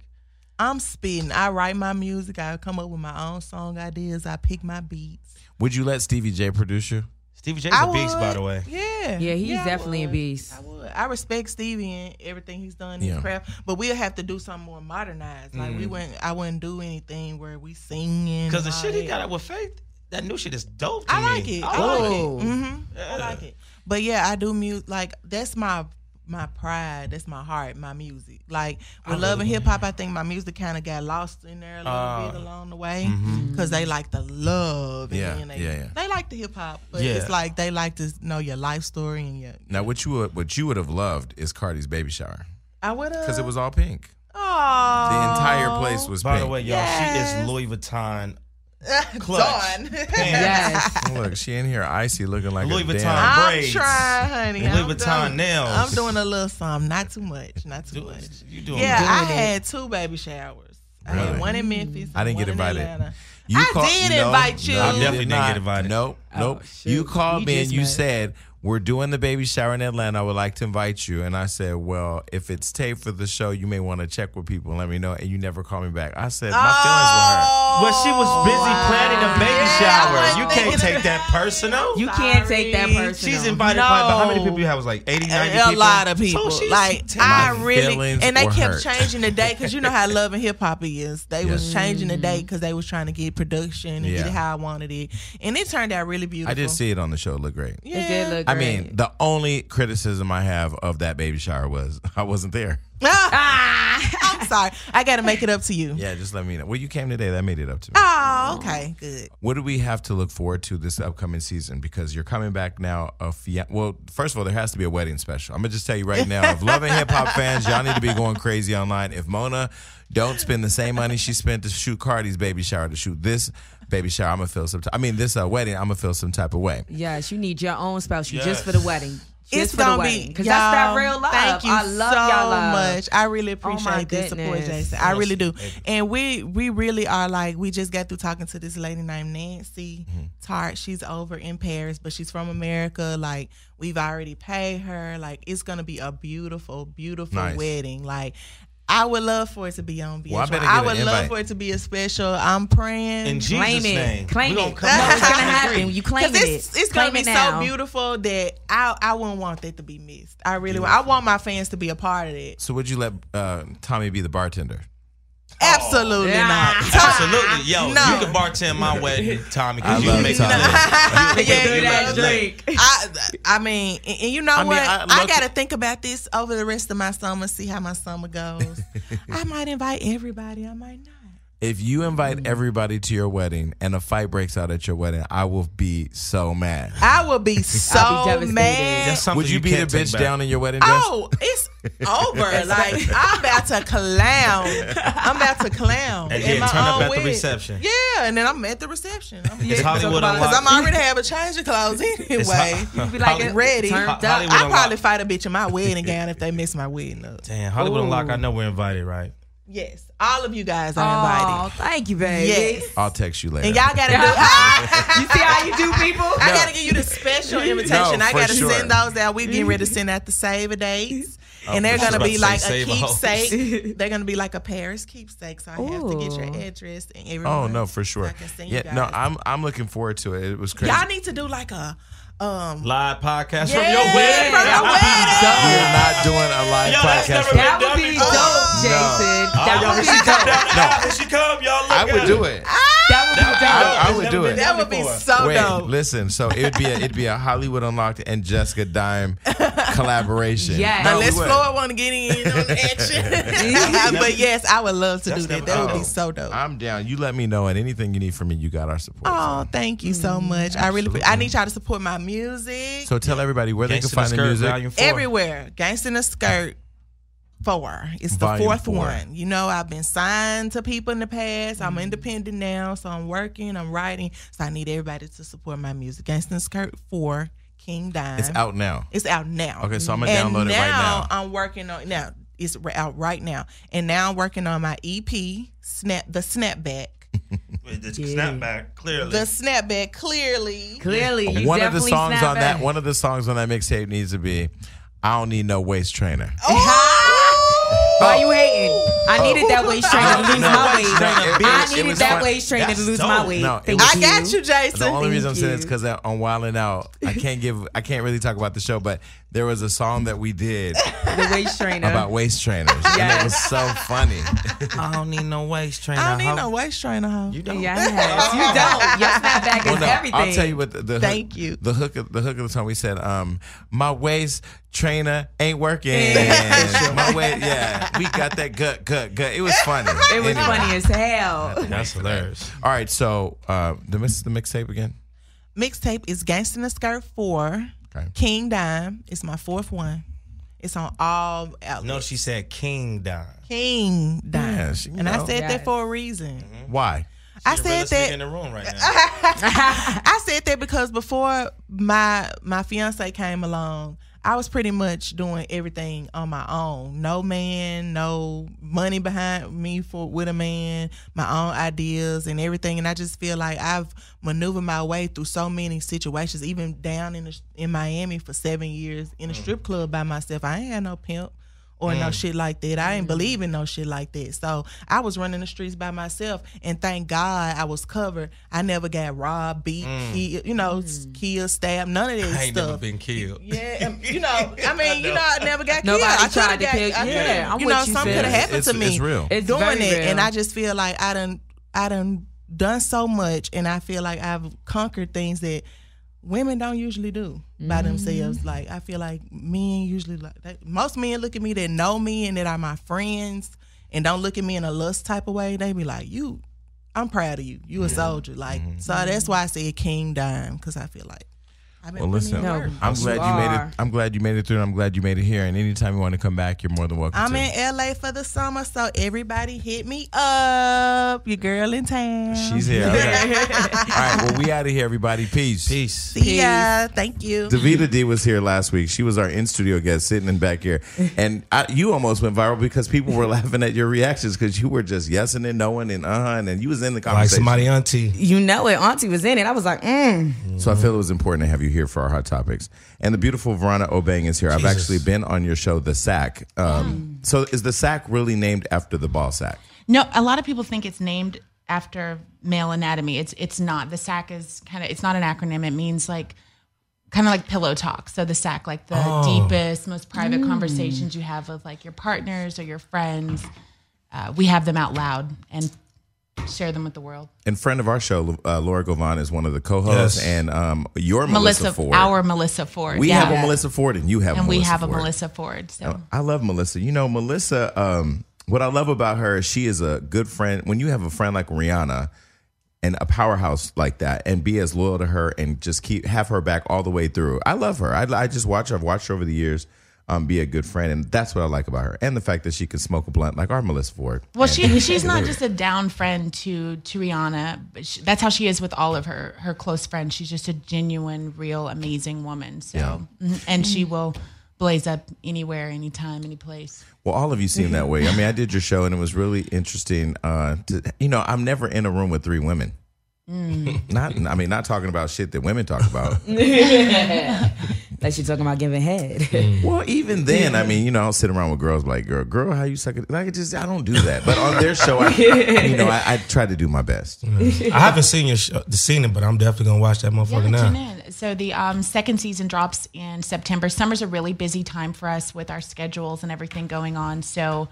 [SPEAKER 1] I'm spitting. I write my music. I come up with my own song ideas. I pick my beats.
[SPEAKER 2] Would you let Stevie J produce you?
[SPEAKER 4] Stevie J's a beast, by the way.
[SPEAKER 1] Yeah.
[SPEAKER 3] Yeah, he's
[SPEAKER 1] I
[SPEAKER 3] definitely a
[SPEAKER 1] would.
[SPEAKER 3] beast.
[SPEAKER 1] I would. I respect Stevie and everything he's done in
[SPEAKER 2] Yeah.
[SPEAKER 1] his craft, but we'll have to do something more modernized. Like
[SPEAKER 3] Mm.
[SPEAKER 1] we wouldn't, I wouldn't do anything where we singing.
[SPEAKER 4] Because the
[SPEAKER 1] and all
[SPEAKER 4] shit he
[SPEAKER 1] that.
[SPEAKER 4] got out with Faith, that new shit is dope to
[SPEAKER 1] I
[SPEAKER 4] me.
[SPEAKER 1] like it. I like
[SPEAKER 2] Oh.
[SPEAKER 1] it. hmm I like it. But yeah, I do music. Like that's my my pride. That's my heart. My music. Like with love and hip hop, I think my music kind of got lost in there a little
[SPEAKER 4] Uh,
[SPEAKER 1] bit along the way because they like the love. And
[SPEAKER 2] Mm-hmm. Yeah,
[SPEAKER 1] then they,
[SPEAKER 2] yeah, yeah.
[SPEAKER 1] They like the hip hop, but
[SPEAKER 4] Yeah.
[SPEAKER 1] it's like they like to know your life story and your.
[SPEAKER 2] Now, what you would, what you would have loved is Cardi's baby shower
[SPEAKER 1] I would have
[SPEAKER 2] because it was all pink. The entire place was
[SPEAKER 4] By
[SPEAKER 2] pink.
[SPEAKER 4] the way, y'all, she is
[SPEAKER 1] Yes.
[SPEAKER 4] Louis Vuitton. clutch.
[SPEAKER 1] done.
[SPEAKER 3] Yes.
[SPEAKER 2] look, she in here icy, looking like
[SPEAKER 4] Louis
[SPEAKER 2] a damn-
[SPEAKER 4] Vuitton.
[SPEAKER 1] I'm
[SPEAKER 4] Braids.
[SPEAKER 1] trying, honey.
[SPEAKER 4] Louis
[SPEAKER 1] I'm
[SPEAKER 4] Vuitton
[SPEAKER 1] doing-
[SPEAKER 4] nails.
[SPEAKER 1] I'm doing a little something, not too much, not too much.
[SPEAKER 4] You doing
[SPEAKER 1] Yeah,
[SPEAKER 4] good.
[SPEAKER 1] I had two baby showers. I
[SPEAKER 2] Really?
[SPEAKER 1] had one in Memphis.
[SPEAKER 2] I
[SPEAKER 1] and
[SPEAKER 2] didn't get
[SPEAKER 1] one in
[SPEAKER 2] invited.
[SPEAKER 1] Atlanta.
[SPEAKER 2] You
[SPEAKER 1] I did invite you. I
[SPEAKER 4] definitely
[SPEAKER 2] did
[SPEAKER 4] didn't get
[SPEAKER 2] not.
[SPEAKER 4] invited.
[SPEAKER 2] Nope, nope.
[SPEAKER 3] shoot.
[SPEAKER 2] oh, you called
[SPEAKER 3] You
[SPEAKER 2] me and
[SPEAKER 3] just
[SPEAKER 2] you
[SPEAKER 3] made it.
[SPEAKER 2] said we're doing the baby shower in Atlanta. I would like to invite you, and I said, well, if it's taped for the show, you may want to check with people and let me know. And you never called me back. I said my feelings
[SPEAKER 1] Oh,
[SPEAKER 2] were hurt.
[SPEAKER 3] Oh,
[SPEAKER 4] But she was busy planning a baby
[SPEAKER 1] Yeah, I
[SPEAKER 4] shower.
[SPEAKER 1] wasn't
[SPEAKER 4] You
[SPEAKER 1] thinking
[SPEAKER 4] can't take
[SPEAKER 1] of
[SPEAKER 4] that personal.
[SPEAKER 3] You can't take that
[SPEAKER 1] Sorry.
[SPEAKER 3] person.
[SPEAKER 4] She's invited by, but how many
[SPEAKER 1] No.
[SPEAKER 4] people you have? It Was like 80, 90
[SPEAKER 1] a
[SPEAKER 4] people.
[SPEAKER 1] lot of people.
[SPEAKER 4] So she's
[SPEAKER 1] like I
[SPEAKER 2] My
[SPEAKER 1] really
[SPEAKER 2] feelings
[SPEAKER 1] and they
[SPEAKER 2] were
[SPEAKER 1] kept
[SPEAKER 2] hurt.
[SPEAKER 1] changing the date because you know how love and hip hop is. They was changing the
[SPEAKER 3] Mm-hmm.
[SPEAKER 1] date because they was trying to get production and get
[SPEAKER 2] Yeah.
[SPEAKER 1] it how I wanted it, and it turned out really beautiful.
[SPEAKER 2] I did see it on the show. It looked great.
[SPEAKER 1] Yeah.
[SPEAKER 3] It did look
[SPEAKER 2] I
[SPEAKER 3] great.
[SPEAKER 2] mean, the only criticism I have of that baby shower was I wasn't there.
[SPEAKER 1] I'm sorry. I got to make it up to you.
[SPEAKER 2] Yeah, just let me know. Well, you came today. That made it up to me.
[SPEAKER 1] Oh, okay, good.
[SPEAKER 2] What do we have to look forward to this upcoming season? Because you're coming back now. Of fia- well, first of all, there has to be a wedding special. I'm gonna just tell you right now. If loving hip hop fans, y'all need to be going crazy online. If Mona don't spend the same money she spent to shoot Cardi's baby shower to shoot this baby shower, I'm gonna feel some. T- I mean, this uh, wedding, I'm gonna feel some type of way.
[SPEAKER 3] yes, you need your own spouse you
[SPEAKER 4] Yes.
[SPEAKER 3] just for the wedding. Just
[SPEAKER 1] it's
[SPEAKER 3] for the
[SPEAKER 1] gonna
[SPEAKER 3] wedding.
[SPEAKER 1] be
[SPEAKER 3] Because that's that
[SPEAKER 1] y'all,
[SPEAKER 3] real love.
[SPEAKER 1] Thank you
[SPEAKER 3] I love
[SPEAKER 1] so
[SPEAKER 3] y'all love.
[SPEAKER 1] much. I really
[SPEAKER 3] Oh, my
[SPEAKER 1] appreciate this support,
[SPEAKER 3] goodness.
[SPEAKER 1] Jason. I really do. And we we really are like we just got through talking to this lady named Nancy
[SPEAKER 3] Mm-hmm.
[SPEAKER 1] Tart. She's over in Paris, but she's from America. Like we've already paid her. Like it's gonna be a beautiful, beautiful
[SPEAKER 2] Nice.
[SPEAKER 1] wedding. Like. I would love for it to be on VH1.
[SPEAKER 2] Well, I better
[SPEAKER 1] I
[SPEAKER 2] get an
[SPEAKER 1] would love
[SPEAKER 2] invite.
[SPEAKER 1] for it to be a special. I'm praying.
[SPEAKER 4] in Jesus'
[SPEAKER 3] Claim
[SPEAKER 4] name.
[SPEAKER 3] it. Claim
[SPEAKER 4] we
[SPEAKER 3] it.
[SPEAKER 4] gonna
[SPEAKER 3] No, it's
[SPEAKER 4] come
[SPEAKER 3] gonna
[SPEAKER 4] out and agree.
[SPEAKER 3] happen. You claim
[SPEAKER 1] Because
[SPEAKER 3] it.
[SPEAKER 1] it's, it's gonna
[SPEAKER 3] Claim
[SPEAKER 1] be
[SPEAKER 3] it
[SPEAKER 1] so
[SPEAKER 3] now.
[SPEAKER 1] beautiful that I I wouldn't want that to be missed. I really want, I want my fans to be a part of it.
[SPEAKER 2] So would you let uh, Tommy be the bartender?
[SPEAKER 1] Absolutely
[SPEAKER 3] Yeah.
[SPEAKER 1] not. Tom-
[SPEAKER 4] Oh, Absolutely, yo,
[SPEAKER 1] No.
[SPEAKER 4] you can bartend my wedding, Tommy,
[SPEAKER 2] I
[SPEAKER 4] because you
[SPEAKER 2] love
[SPEAKER 4] make
[SPEAKER 2] Tommy.
[SPEAKER 4] You make
[SPEAKER 1] Yeah,
[SPEAKER 4] it
[SPEAKER 1] you
[SPEAKER 4] good
[SPEAKER 1] love
[SPEAKER 4] as
[SPEAKER 1] Drake.
[SPEAKER 4] late.
[SPEAKER 1] I I mean, and, and you know
[SPEAKER 2] I mean,
[SPEAKER 1] what?
[SPEAKER 2] I
[SPEAKER 1] I,
[SPEAKER 2] look-
[SPEAKER 1] gotta think about this over the rest of my summer. See how my summer goes. I might invite everybody. I might not.
[SPEAKER 2] If you invite everybody to your wedding and a fight breaks out at your wedding, I will be so mad.
[SPEAKER 1] I will be so
[SPEAKER 3] devastated.
[SPEAKER 1] mad.
[SPEAKER 4] That's something
[SPEAKER 2] Would you, beat a
[SPEAKER 4] can't take
[SPEAKER 2] bitch
[SPEAKER 4] back.
[SPEAKER 2] down in your wedding dress?
[SPEAKER 1] Oh, it's over. like I'm about to clown. I'm about to clown.
[SPEAKER 4] And
[SPEAKER 1] in
[SPEAKER 4] then
[SPEAKER 1] my
[SPEAKER 4] turn up
[SPEAKER 1] own
[SPEAKER 4] at the
[SPEAKER 1] wedding.
[SPEAKER 4] reception.
[SPEAKER 1] Yeah, and then I'm at the reception. I'm
[SPEAKER 4] It's Hollywood
[SPEAKER 1] because
[SPEAKER 4] Unlocked.
[SPEAKER 1] I'm already have a change of clothes
[SPEAKER 4] It's
[SPEAKER 1] anyway.
[SPEAKER 4] Ho-
[SPEAKER 3] You be like,
[SPEAKER 4] Hollywood-
[SPEAKER 1] ready.
[SPEAKER 3] Turned
[SPEAKER 4] Ho-
[SPEAKER 3] up.
[SPEAKER 4] Hollywood
[SPEAKER 1] I
[SPEAKER 4] Unlocked.
[SPEAKER 1] probably fight a bitch in my wedding gown if they mess my wedding up.
[SPEAKER 4] Damn, Hollywood
[SPEAKER 3] Ooh.
[SPEAKER 4] Unlocked. I know we're invited, right?
[SPEAKER 1] Yes, all of you guys are invited.
[SPEAKER 3] Oh, thank you, baby.
[SPEAKER 1] Yes.
[SPEAKER 2] I'll text you later.
[SPEAKER 1] And y'all gotta do.
[SPEAKER 3] You see how you do, people?
[SPEAKER 1] I gotta give you the special invitation.
[SPEAKER 2] No,
[SPEAKER 1] I
[SPEAKER 2] for
[SPEAKER 1] gotta
[SPEAKER 2] sure.
[SPEAKER 1] send those out. We're getting ready to send out the save a dates. and they're
[SPEAKER 4] I was
[SPEAKER 1] gonna
[SPEAKER 4] about
[SPEAKER 1] be
[SPEAKER 4] to
[SPEAKER 1] like
[SPEAKER 4] Oh, say
[SPEAKER 1] a
[SPEAKER 4] save a hoes.
[SPEAKER 1] keepsake. they're gonna be like a Paris keepsake. So I have to get
[SPEAKER 3] Ooh.
[SPEAKER 1] your address and everything.
[SPEAKER 2] oh no, for sure.
[SPEAKER 1] I can send you
[SPEAKER 2] Yeah, no,
[SPEAKER 1] guys.
[SPEAKER 2] I'm I'm looking forward to it. It was crazy.
[SPEAKER 1] Y'all need to do like a um
[SPEAKER 4] Live podcast from
[SPEAKER 1] Yeah,
[SPEAKER 4] your wedding.
[SPEAKER 1] from your wedding.
[SPEAKER 2] We're not doing a live
[SPEAKER 4] Yo, that's
[SPEAKER 2] podcast.
[SPEAKER 4] never been
[SPEAKER 3] That would be dope,
[SPEAKER 1] Oh,
[SPEAKER 3] Jason. That
[SPEAKER 4] y'all
[SPEAKER 3] would
[SPEAKER 4] wish
[SPEAKER 3] be
[SPEAKER 4] she come
[SPEAKER 3] dope.
[SPEAKER 4] down the aisle. Here she come, y'all. Look
[SPEAKER 2] I would
[SPEAKER 4] at
[SPEAKER 2] do
[SPEAKER 4] her.
[SPEAKER 2] it.
[SPEAKER 3] That
[SPEAKER 2] I, I
[SPEAKER 4] It's
[SPEAKER 2] would
[SPEAKER 4] never
[SPEAKER 2] do
[SPEAKER 4] been
[SPEAKER 2] it.
[SPEAKER 1] that would be
[SPEAKER 4] before.
[SPEAKER 1] so
[SPEAKER 2] Wait,
[SPEAKER 1] dope.
[SPEAKER 2] listen. So it'd be a, it'd be a Hollywood Unlocked and Jessica Dime collaboration.
[SPEAKER 3] Yes.
[SPEAKER 2] No,
[SPEAKER 1] Now
[SPEAKER 2] we
[SPEAKER 1] Unless
[SPEAKER 2] wouldn't.
[SPEAKER 1] Floyd want to get in on the action, but yes, I would love to
[SPEAKER 4] That's
[SPEAKER 1] do that.
[SPEAKER 4] never-
[SPEAKER 1] That would
[SPEAKER 2] oh.
[SPEAKER 1] be so dope.
[SPEAKER 2] I'm down. You let me know, and anything you need from me, you got our support.
[SPEAKER 1] Oh, thank you so
[SPEAKER 4] Mm-hmm.
[SPEAKER 1] much. I really, pre- I need y'all to support my music
[SPEAKER 2] so tell everybody where they can
[SPEAKER 4] Gangsta
[SPEAKER 2] find the
[SPEAKER 4] Skirt,
[SPEAKER 2] music.
[SPEAKER 4] Volume Four.
[SPEAKER 1] everywhere. Gangsta in a Skirt Four. It's the
[SPEAKER 2] Volume
[SPEAKER 1] fourth
[SPEAKER 2] four.
[SPEAKER 1] one. You know, I've been signed to people in the past.
[SPEAKER 4] Mm-hmm.
[SPEAKER 1] I'm independent now, so I'm working, I'm writing. So I need everybody to support my music. Gangsta in a Skirt Four, King Dime.
[SPEAKER 2] It's out now.
[SPEAKER 1] It's out now.
[SPEAKER 2] Okay, so I'm gonna
[SPEAKER 1] and
[SPEAKER 2] download it right now.
[SPEAKER 1] I'm working on now. It's r- out right now, and now I'm working on my EP, snap the snapback,
[SPEAKER 4] Wait, this
[SPEAKER 3] Yeah.
[SPEAKER 4] snapback, clearly.
[SPEAKER 1] the snapback. Clearly,
[SPEAKER 3] Clearly, you
[SPEAKER 2] one of the
[SPEAKER 3] definitely
[SPEAKER 2] songs
[SPEAKER 3] snap
[SPEAKER 2] on that
[SPEAKER 3] back.
[SPEAKER 2] one of the songs on that mixtape needs to be, "I don't need no waist trainer."
[SPEAKER 1] Oh,
[SPEAKER 3] Why you hating? I needed that waist trainer to lose
[SPEAKER 2] No,
[SPEAKER 3] my
[SPEAKER 2] waist
[SPEAKER 3] weight.
[SPEAKER 2] trainer,
[SPEAKER 3] I
[SPEAKER 2] bitch. It
[SPEAKER 3] needed
[SPEAKER 2] was
[SPEAKER 3] that
[SPEAKER 2] fun.
[SPEAKER 3] waist trainer to
[SPEAKER 4] That's
[SPEAKER 3] lose my
[SPEAKER 4] dope.
[SPEAKER 3] weight.
[SPEAKER 2] No, it
[SPEAKER 3] Thank
[SPEAKER 2] was-
[SPEAKER 1] I got you, Jason.
[SPEAKER 2] The only reason I'm saying
[SPEAKER 3] you.
[SPEAKER 2] it's because on Wildin' Out, I can't give, I can't really talk about the show, but there was a song that we did
[SPEAKER 3] The waist trainer.
[SPEAKER 2] about waist trainers, and it was so funny.
[SPEAKER 4] I don't need no waist trainer.
[SPEAKER 1] I don't need no waist trainer, hoe.
[SPEAKER 4] You don't.
[SPEAKER 3] Yes, you don't. Your snapback is
[SPEAKER 2] Well, no,
[SPEAKER 3] everything.
[SPEAKER 2] I'll tell you what the, the
[SPEAKER 1] Thank
[SPEAKER 2] hook,
[SPEAKER 1] you.
[SPEAKER 2] The hook of the hook of the song we said, um, my waist trainer ain't working.
[SPEAKER 3] Yeah.
[SPEAKER 2] my way, yeah, we got that gut, gut, gut. It was funny.
[SPEAKER 3] it was funny as hell.
[SPEAKER 4] That's hilarious.
[SPEAKER 2] All right, so uh, the this is the mixtape again.
[SPEAKER 1] Mixtape is Gangsta in the Skirt Four,
[SPEAKER 2] Okay.
[SPEAKER 1] King Dime. It's my fourth one. It's on all outlets.
[SPEAKER 4] No, she said King Don.
[SPEAKER 1] King Dime,
[SPEAKER 2] Yeah, she-
[SPEAKER 1] and I
[SPEAKER 2] no.
[SPEAKER 1] said
[SPEAKER 3] Yes.
[SPEAKER 1] that for a reason.
[SPEAKER 2] Mm-hmm. Why?
[SPEAKER 1] I
[SPEAKER 4] You're really
[SPEAKER 1] said
[SPEAKER 4] sneaking
[SPEAKER 1] that
[SPEAKER 4] in the room right now.
[SPEAKER 1] I said that because before my my fiance came along, I was pretty much doing everything on my own. No man, no money behind me for with a man, my own ideas and everything. And I just feel like I've maneuvered my way through so many situations, even down in the, in Miami for seven years in a strip club by myself. I ain't had no pimp or
[SPEAKER 4] Mm.
[SPEAKER 1] no shit like that. I
[SPEAKER 4] Mm-hmm.
[SPEAKER 1] ain't believe in no shit like that. So I was running the streets by myself, and thank God I was covered. I never got robbed, beat, killed, you know,
[SPEAKER 3] Mm.
[SPEAKER 1] s- killed, stabbed, none of that
[SPEAKER 4] Mm. I ain't never
[SPEAKER 1] stuff.
[SPEAKER 4] been killed.
[SPEAKER 1] Yeah, and, you know, I mean, you
[SPEAKER 4] know.
[SPEAKER 1] know, I never got
[SPEAKER 3] Nobody
[SPEAKER 1] killed. I
[SPEAKER 3] tried
[SPEAKER 1] coulda
[SPEAKER 3] to
[SPEAKER 1] got-
[SPEAKER 3] kill you.
[SPEAKER 1] I coulda-
[SPEAKER 3] Yeah, I'm
[SPEAKER 1] you
[SPEAKER 3] with
[SPEAKER 1] know,
[SPEAKER 3] you,
[SPEAKER 1] something
[SPEAKER 3] sis.
[SPEAKER 1] could have happened to
[SPEAKER 2] It's-
[SPEAKER 1] me
[SPEAKER 2] It's real.
[SPEAKER 3] It's
[SPEAKER 1] doing
[SPEAKER 3] very
[SPEAKER 1] it, and
[SPEAKER 3] real.
[SPEAKER 1] I just feel like I done, I done done so much, and I feel like I've conquered things that women don't usually do by
[SPEAKER 3] Mm-hmm.
[SPEAKER 1] themselves. Like I feel like men usually like they, most men look at me that know me and that are my friends, and don't look at me in a lust type of way. They be like, "You, I'm proud of you. You a soldier." Like
[SPEAKER 2] Mm-hmm.
[SPEAKER 1] so, that's why I say King Dime because I feel like. I've been
[SPEAKER 2] Well,
[SPEAKER 1] putting in
[SPEAKER 2] listen.
[SPEAKER 1] work.
[SPEAKER 2] I'm
[SPEAKER 3] You
[SPEAKER 2] glad you made
[SPEAKER 3] are.
[SPEAKER 2] it. I'm glad you made it through, and I'm glad you made it here. And anytime you want to come back, you're more than welcome.
[SPEAKER 1] I'm
[SPEAKER 2] to.
[SPEAKER 1] in LA for the summer, so everybody hit me up. Your girl in town.
[SPEAKER 2] She's here. Okay. All right. Well, we out of here, everybody. Peace.
[SPEAKER 4] Peace.
[SPEAKER 1] See ya. Thank you.
[SPEAKER 2] Davita D was here last week. She was our in studio guest, sitting in back here, and I, you almost went viral because people were laughing at your reactions because you were just yesing and knowing and uh huh, and then you was in the
[SPEAKER 4] Like
[SPEAKER 2] conversation.
[SPEAKER 4] somebody auntie.
[SPEAKER 3] You know it. Auntie was in it. I was like, mm.
[SPEAKER 2] so I feel it was important to have you here for our hot topics. And the beautiful Verona Obang is here. I've
[SPEAKER 4] Jesus.
[SPEAKER 2] actually been on your show, The Sack.
[SPEAKER 1] Mm.
[SPEAKER 2] Um, So is the sack really named after the ball sack?
[SPEAKER 5] No, a lot of people think it's named after male anatomy. It's it's not. The SAC is kind of it's not an acronym. It means like kind of like pillow talk. So the SAC, like the deepest, most private conversations you have with like your partners or your friends. uh, we have them out loud and share them with the world.
[SPEAKER 2] And friend of our show, uh, Laura Govan, is one of the co-hosts,
[SPEAKER 4] Yes.
[SPEAKER 2] and um, your Melissa, Ford.
[SPEAKER 5] our Melissa Ford.
[SPEAKER 2] we
[SPEAKER 5] yeah.
[SPEAKER 2] have a Melissa Ford, and you have
[SPEAKER 5] and
[SPEAKER 2] a Melissa
[SPEAKER 5] we have
[SPEAKER 2] Ford.
[SPEAKER 5] a Melissa Ford. So
[SPEAKER 2] I love Melissa. You know, Melissa, um, what I love about her is she is a good friend. When you have a friend like Rihanna and a powerhouse like that and be as loyal to her and just keep have her back all the way through. I love her. I, I just watch her. I've watched her over the years um, be a good friend. And that's what I like about her. And the fact that she can smoke a blunt like our Melissa Ford.
[SPEAKER 5] Well,
[SPEAKER 2] And-
[SPEAKER 5] she she's not just a down friend to to Rihanna, but she, that's how she is with all of her her close friends. She's just a genuine, real, amazing woman. So, mhm, and she will blaze up anywhere, anytime, any place.
[SPEAKER 2] Well, all of you seem that way. I mean, I did your show and it was really interesting. Uh, to, you know, I'm never in a room with three women. Not, I mean, not talking about shit that women talk about.
[SPEAKER 3] Like you're talking about giving head.
[SPEAKER 2] Well, even then, I mean, you know, I'll sit around with girls like, girl, girl, how you suck it? Like, it just, I don't do that. But on their show, I, you know, I, I try to do my best.
[SPEAKER 4] I haven't seen your sh- seen it, but I'm definitely gonna watch that
[SPEAKER 5] Yeah,
[SPEAKER 4] motherfucker
[SPEAKER 5] tune
[SPEAKER 4] now.
[SPEAKER 5] in. So the um, second season drops in September. Summer's a really busy time for us with our schedules and everything going on. So.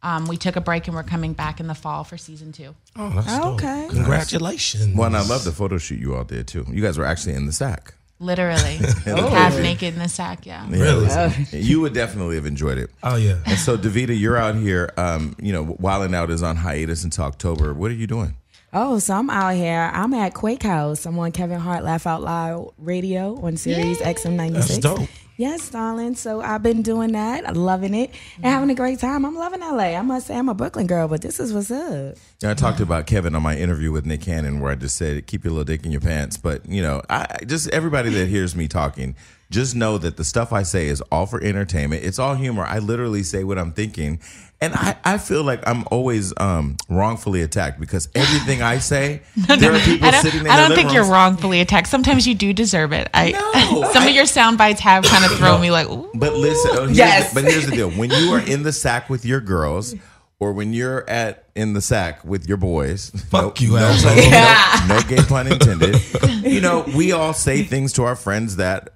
[SPEAKER 5] Um, we took a break and we're coming back in the fall for season two.
[SPEAKER 4] Oh, that's dope.
[SPEAKER 3] Okay.
[SPEAKER 4] Congratulations.
[SPEAKER 2] Well, and I love the photo shoot you all did too. You guys were actually in the sack.
[SPEAKER 5] Literally, half naked in the sack. Yeah.
[SPEAKER 4] Really?
[SPEAKER 2] You would definitely have enjoyed it.
[SPEAKER 4] Oh yeah.
[SPEAKER 2] And so, Davita, you're out here, um, you know, Wildin' Out is on hiatus until October. What are you doing?
[SPEAKER 3] Oh, so I'm out here. I'm at Quake House. I'm on Kevin Hart Laugh Out Loud Radio on Series XM96.
[SPEAKER 4] That's dope.
[SPEAKER 3] Yes, darling. So I've been doing that, I'm loving it, and having a great time. I'm loving LA. I must say, I'm a Brooklyn girl, but this is what's up.
[SPEAKER 2] You know, I talked about Kevin on my interview with Nick Cannon, where I just said, "Keep your little dick in your pants." But you know, I I- just everybody that hears me talking, just know that the stuff I say is all for entertainment. It's all humor. I literally say what I'm thinking, and I, I feel like I'm always um, wrongfully attacked because everything I say, there are people
[SPEAKER 5] I don't,
[SPEAKER 2] sitting in
[SPEAKER 5] I
[SPEAKER 2] their
[SPEAKER 5] don't
[SPEAKER 2] living
[SPEAKER 5] think you're
[SPEAKER 2] rooms-
[SPEAKER 5] wrongfully attacked. Sometimes you do deserve it. I
[SPEAKER 2] No,
[SPEAKER 5] some
[SPEAKER 2] I-
[SPEAKER 5] of your sound bites have kind of thrown me like, Ooh.
[SPEAKER 2] But listen, oh, here's
[SPEAKER 3] Yes.
[SPEAKER 2] the, but here's the deal: when you are in the sack with your girls, or when you're at in the sack with your boys,
[SPEAKER 4] Fuck you,
[SPEAKER 2] no,
[SPEAKER 4] asshole.
[SPEAKER 2] no, no gay pun intended. you know, we all say things to our friends that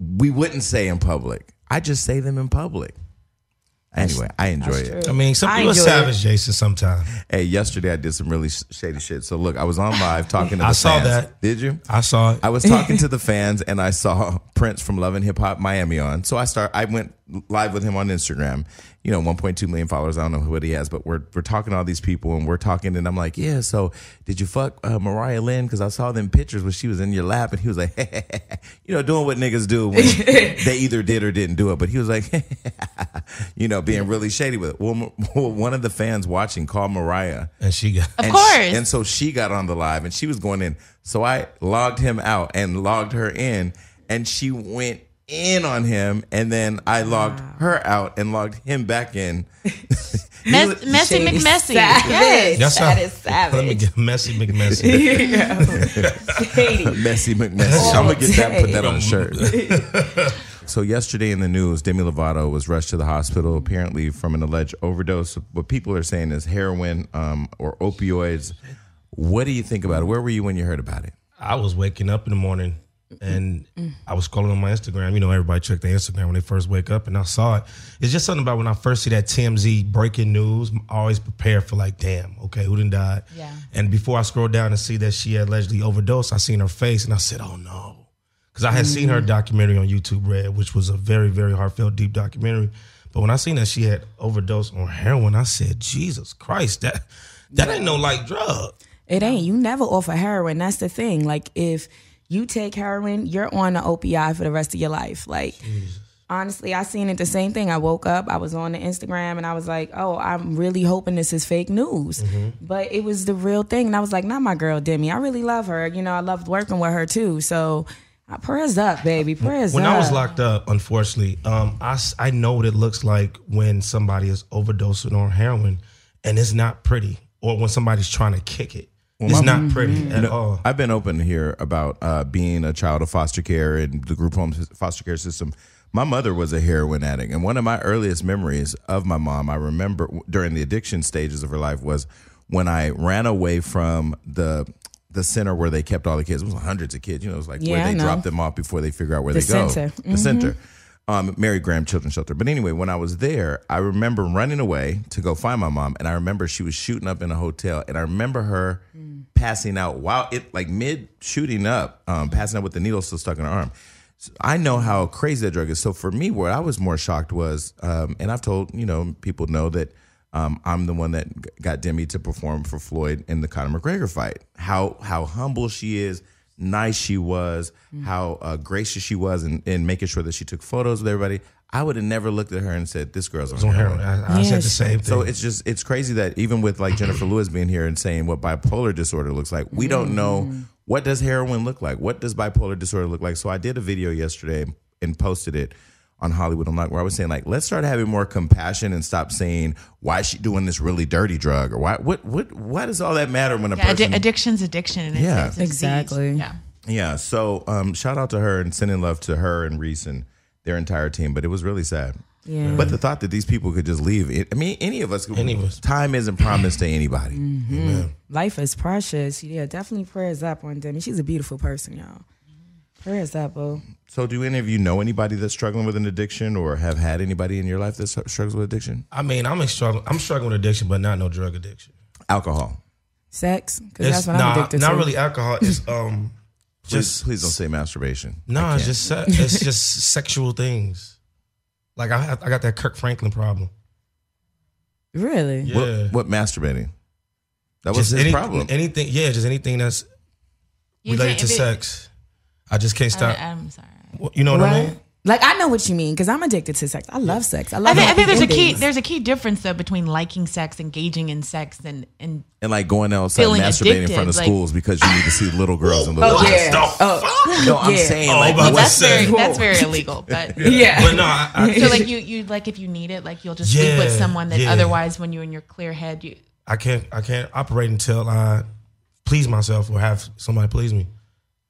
[SPEAKER 2] we wouldn't say in public. I just say them in public. Anyway, I enjoy it.
[SPEAKER 4] I mean, some
[SPEAKER 3] I
[SPEAKER 4] people are
[SPEAKER 3] enjoy
[SPEAKER 4] savage, Jason. Sometimes
[SPEAKER 2] Hey, yesterday I did some really sh- shady shit. So look, I was on live talking to the
[SPEAKER 4] I saw
[SPEAKER 2] fans.
[SPEAKER 4] that.
[SPEAKER 2] Did you?
[SPEAKER 4] I saw it.
[SPEAKER 2] I was talking to the fans and I saw Prince from Love and Hip Hop Miami on. So I start I went live with him on Instagram. You know, 1.2 million followers. I don't know what he has, but we're we're talking to all these people and we're talking and I'm like, "Yeah, so did you fuck uh, Mariah Lynn cuz I saw them pictures when she was in your lap." And he was like, you know, doing what niggas do when they either did or didn't do it, but he was like, you know, being really shady with it. Well, m- one of the fans watching called Mariah
[SPEAKER 4] and she got.
[SPEAKER 5] of
[SPEAKER 2] and
[SPEAKER 5] course.
[SPEAKER 2] sh- and so she got on the live and she was going in. So I logged him out and logged her in, and she went in on him. And then I logged her out and logged him back in.
[SPEAKER 5] Mess- messy
[SPEAKER 3] Shady
[SPEAKER 5] McMessy.
[SPEAKER 3] Savage.
[SPEAKER 5] Yes.
[SPEAKER 4] That's
[SPEAKER 3] that is
[SPEAKER 4] how- Let me
[SPEAKER 3] savage.
[SPEAKER 4] get messy, McMessy.
[SPEAKER 3] Shady.
[SPEAKER 2] Messy McMessy. I'm gonna get that. Put that on a shirt. so yesterday in the news, Demi Lovato was rushed to the hospital apparently from an alleged overdose. What people are saying is heroin um, or opioids. What do you think about it? Where were you when you heard about it?
[SPEAKER 4] I was waking up in the morning and I was scrolling on my Instagram. You know, everybody check their Instagram when they first wake up, and I saw it. It's just something about when I first see that TMZ breaking news. I'm always prepared for like, damn, okay, who done died?
[SPEAKER 5] Yeah.
[SPEAKER 4] And before I scrolled down and see that she had allegedly overdosed, I seen her face and I said, oh no. Because I had seen her documentary on YouTube, Red, which was a very, very heartfelt, deep documentary. But when I seen that she had overdosed on heroin, I said, Jesus Christ, that that ain't no light drug.
[SPEAKER 3] It ain't. You never offer heroin. That's the thing. Like if you take heroin, you're on an OPI for the rest of your life. Like honestly, I seen it the same thing. I woke up, I was on the Instagram and I was like, Oh, I'm really hoping this is fake news.
[SPEAKER 4] Mm-hmm.
[SPEAKER 3] But it was the real thing. And I was like, not my girl Demi. I really love her. You know, I loved working with her too. So uh, prayers up, baby. Prayers
[SPEAKER 4] when
[SPEAKER 3] up.
[SPEAKER 4] I was locked up, unfortunately, um, I s- I know what it looks like when somebody is overdosing on heroin, and it's not pretty, or when somebody's trying to kick it, it's not pretty
[SPEAKER 2] Mm-hmm.
[SPEAKER 4] at all.
[SPEAKER 2] I've been open here about uh, being a child of foster care and the group home sys- foster care system. My mother was a heroin addict, and one of my earliest memories of my mom, I remember w- during the addiction stages of her life, was when I ran away from the the center where they kept all the kids. It was hundreds of kids, you know, it was like
[SPEAKER 3] Yeah,
[SPEAKER 2] where
[SPEAKER 3] I
[SPEAKER 2] they
[SPEAKER 3] know.
[SPEAKER 2] dropped them off before they figure out where
[SPEAKER 3] The
[SPEAKER 2] they go.
[SPEAKER 3] center. Mm-hmm.
[SPEAKER 2] The center. um, Mary Graham Children's Shelter. But anyway, when I was there, I remember running away to go find my mom, and I remember she was shooting up in a hotel, and I remember her
[SPEAKER 3] Mm.
[SPEAKER 2] passing out while it like mid shooting up, um, passing out with the needle still stuck in her arm. So I know how crazy that drug is. So for me, what I was more shocked was, um, and I've told you know people know that um, I'm the one that g- got Demi to perform for Floyd in the Conor McGregor fight. How how humble she is, nice she was, how uh, gracious she was, in, in making sure that she took photos with everybody. I would have never looked at her and said, "This girl's on
[SPEAKER 4] on
[SPEAKER 2] heroin."
[SPEAKER 4] heroin. I, I said the
[SPEAKER 3] Yes.
[SPEAKER 4] same thing.
[SPEAKER 2] So it's just it's crazy that even with like Jennifer Lewis being here and saying what bipolar disorder looks like, we don't know
[SPEAKER 4] Mm.
[SPEAKER 2] what does heroin look like? What does bipolar disorder look like? So I did a video yesterday and posted it on Hollywood Unlocked where I was saying like let's start having more compassion and stop saying why is she doing this really dirty drug or why what what why does all that matter when a
[SPEAKER 5] Yeah,
[SPEAKER 2] person
[SPEAKER 5] addi- addiction's addiction. And it's,
[SPEAKER 2] Yeah.
[SPEAKER 5] it's a disease.
[SPEAKER 3] Exactly.
[SPEAKER 5] Yeah.
[SPEAKER 2] yeah so um shout out to her and sending love to her and Reese and their entire team but it was really sad
[SPEAKER 3] Yeah.
[SPEAKER 2] but the thought that these people could just leave it, I mean any of us could,
[SPEAKER 4] Any of us.
[SPEAKER 2] time isn't promised to anybody
[SPEAKER 3] Mm. Life is precious. Yeah, definitely prayers up on Demi. She's a beautiful person, y'all. Prayers up, boo.
[SPEAKER 2] So, do any of you know anybody that's struggling with an addiction, or have had anybody in your life that stru- struggles with addiction?
[SPEAKER 4] I mean, I'm in struggle. I'm struggling with addiction, but not no drug addiction.
[SPEAKER 2] Alcohol.
[SPEAKER 3] Sex, because
[SPEAKER 4] It's
[SPEAKER 3] that's what I'm
[SPEAKER 4] nah,
[SPEAKER 3] addicted
[SPEAKER 4] not
[SPEAKER 3] to.
[SPEAKER 4] really alcohol. It's um,
[SPEAKER 2] Just
[SPEAKER 4] just
[SPEAKER 2] please don't say masturbation.
[SPEAKER 4] no, it's just se- it's just sexual things. Like I have- I got that Kirk Franklin problem.
[SPEAKER 3] Really?
[SPEAKER 4] Yeah,
[SPEAKER 2] What, what masturbating? That was
[SPEAKER 4] just
[SPEAKER 2] his
[SPEAKER 4] any-
[SPEAKER 2] problem.
[SPEAKER 4] Anything, yeah, just anything that's
[SPEAKER 5] You
[SPEAKER 4] related to
[SPEAKER 5] can't- if it-
[SPEAKER 4] sex. I just can't
[SPEAKER 5] I,
[SPEAKER 4] stop.
[SPEAKER 5] I'm sorry.
[SPEAKER 4] you know what I
[SPEAKER 3] Right?
[SPEAKER 4] mean?
[SPEAKER 3] Like I know what you mean because I'm addicted to sex. I love sex. I
[SPEAKER 5] I
[SPEAKER 3] love.
[SPEAKER 5] think, I think
[SPEAKER 3] happy
[SPEAKER 5] there's a key
[SPEAKER 3] endings.
[SPEAKER 5] there's a key difference though between liking sex, engaging in sex, and and
[SPEAKER 2] and like going outside
[SPEAKER 5] Feeling
[SPEAKER 2] masturbating in front of
[SPEAKER 5] addicted, like-
[SPEAKER 2] schools because you need to see little girls and little
[SPEAKER 3] Oh
[SPEAKER 2] boys.
[SPEAKER 3] yeah. Oh,
[SPEAKER 2] No, I'm
[SPEAKER 3] Yeah.
[SPEAKER 2] saying
[SPEAKER 4] Oh,
[SPEAKER 2] like what-
[SPEAKER 4] but Well,
[SPEAKER 5] that's very
[SPEAKER 4] sex.
[SPEAKER 5] that's very illegal. But
[SPEAKER 3] yeah.
[SPEAKER 4] But no, I, I,
[SPEAKER 5] so like you you like if you need it, like you'll just sleep with
[SPEAKER 4] Yeah,
[SPEAKER 5] someone that
[SPEAKER 4] yeah.
[SPEAKER 5] otherwise when you're in your clear head you
[SPEAKER 4] I can't I can't operate until I please myself or have somebody please me.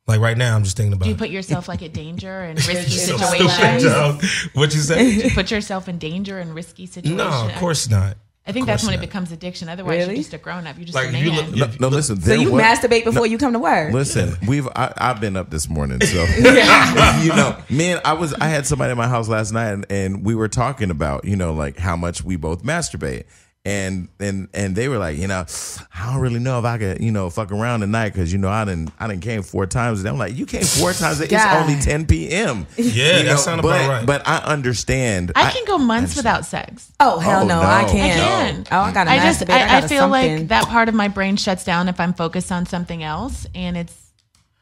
[SPEAKER 4] Like right now, I'm just thinking about
[SPEAKER 5] do you
[SPEAKER 4] it.
[SPEAKER 5] put yourself like in danger and risky
[SPEAKER 4] So stupid,
[SPEAKER 5] situations.
[SPEAKER 4] dog. What you say?
[SPEAKER 5] You put yourself in danger and risky situations.
[SPEAKER 4] no, of course not.
[SPEAKER 5] I think that's
[SPEAKER 4] course
[SPEAKER 5] when it
[SPEAKER 4] not.
[SPEAKER 5] becomes addiction. Otherwise,
[SPEAKER 3] Really?
[SPEAKER 5] you're just a grown up. You're just
[SPEAKER 4] Like,
[SPEAKER 5] a
[SPEAKER 4] if
[SPEAKER 5] man.
[SPEAKER 4] you look-
[SPEAKER 2] No, no, listen.
[SPEAKER 3] So
[SPEAKER 2] there
[SPEAKER 3] you
[SPEAKER 2] wa-
[SPEAKER 3] masturbate before you come to work.
[SPEAKER 2] Listen, we've I, I've been up this morning, so you know, man. I was I had somebody at my house last night, and, and we were talking about you know like how much we both masturbate, and and and they were like, you know, I don't really know if I could you know fuck around tonight because you know I didn't I didn't came four times, and I'm like, you came four times, it's
[SPEAKER 3] God.
[SPEAKER 2] only ten p.m.
[SPEAKER 4] Yeah,
[SPEAKER 2] You
[SPEAKER 4] that
[SPEAKER 2] know,
[SPEAKER 4] sound
[SPEAKER 2] but,
[SPEAKER 4] about right.
[SPEAKER 2] But I understand.
[SPEAKER 5] I can go months without sex.
[SPEAKER 3] Oh hell
[SPEAKER 2] Oh,
[SPEAKER 3] no, I
[SPEAKER 2] no.
[SPEAKER 3] can't.
[SPEAKER 5] I can.
[SPEAKER 3] Oh, I gotta
[SPEAKER 5] I just
[SPEAKER 3] masturbate. I,
[SPEAKER 5] I, I
[SPEAKER 3] gotta
[SPEAKER 5] feel
[SPEAKER 3] something.
[SPEAKER 5] like that part of my brain shuts down if I'm focused on something else, and it's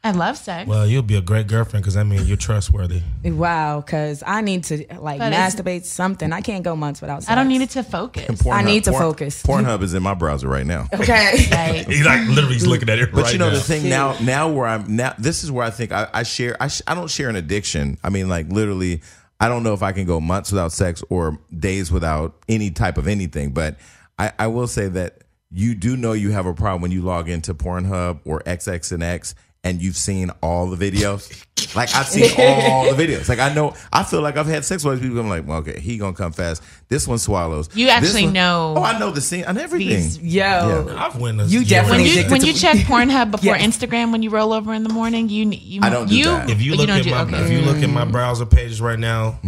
[SPEAKER 5] I love sex.
[SPEAKER 4] Well, you'll be a great girlfriend because I mean you're trustworthy.
[SPEAKER 3] Wow, because I need to like
[SPEAKER 5] But it's-
[SPEAKER 3] masturbate something. I can't go months without. Sex.
[SPEAKER 5] I don't need it to focus.
[SPEAKER 2] Pornhub-
[SPEAKER 3] I need to
[SPEAKER 2] Porn-
[SPEAKER 3] focus.
[SPEAKER 2] Pornhub is in my browser right now.
[SPEAKER 3] Okay.
[SPEAKER 5] Like,
[SPEAKER 4] He like literally is looking at it
[SPEAKER 2] But
[SPEAKER 4] right
[SPEAKER 2] you know
[SPEAKER 4] now.
[SPEAKER 2] the thing now, now where I'm now, this is where I think I, I share. I, sh- I don't share an addiction. I mean, like literally, I don't know if I can go months without sex or days without any type of anything. But I, I will say that you do know you have a problem when you log into Pornhub or XX and X and you've seen all the videos. Like I've seen all the videos. Like I know, I feel like I've had sex with people. I'm like, well, okay, he gonna come fast. This one swallows.
[SPEAKER 5] You
[SPEAKER 2] This
[SPEAKER 5] actually
[SPEAKER 2] one-
[SPEAKER 5] know
[SPEAKER 2] Oh, I know the scene and everything.
[SPEAKER 5] these-
[SPEAKER 3] Yo.
[SPEAKER 2] Yeah.
[SPEAKER 4] I've witnessed
[SPEAKER 3] You
[SPEAKER 4] yeah,
[SPEAKER 3] definitely
[SPEAKER 5] when
[SPEAKER 4] witnessed
[SPEAKER 5] you
[SPEAKER 4] that.
[SPEAKER 5] when you check Pornhub before
[SPEAKER 3] Yes.
[SPEAKER 5] Instagram when you roll over in the morning, you you
[SPEAKER 2] I don't do
[SPEAKER 5] you,
[SPEAKER 2] that.
[SPEAKER 4] if you look
[SPEAKER 5] don't
[SPEAKER 4] at
[SPEAKER 5] do-
[SPEAKER 4] my
[SPEAKER 5] okay.
[SPEAKER 4] if you look at my browser pages right now,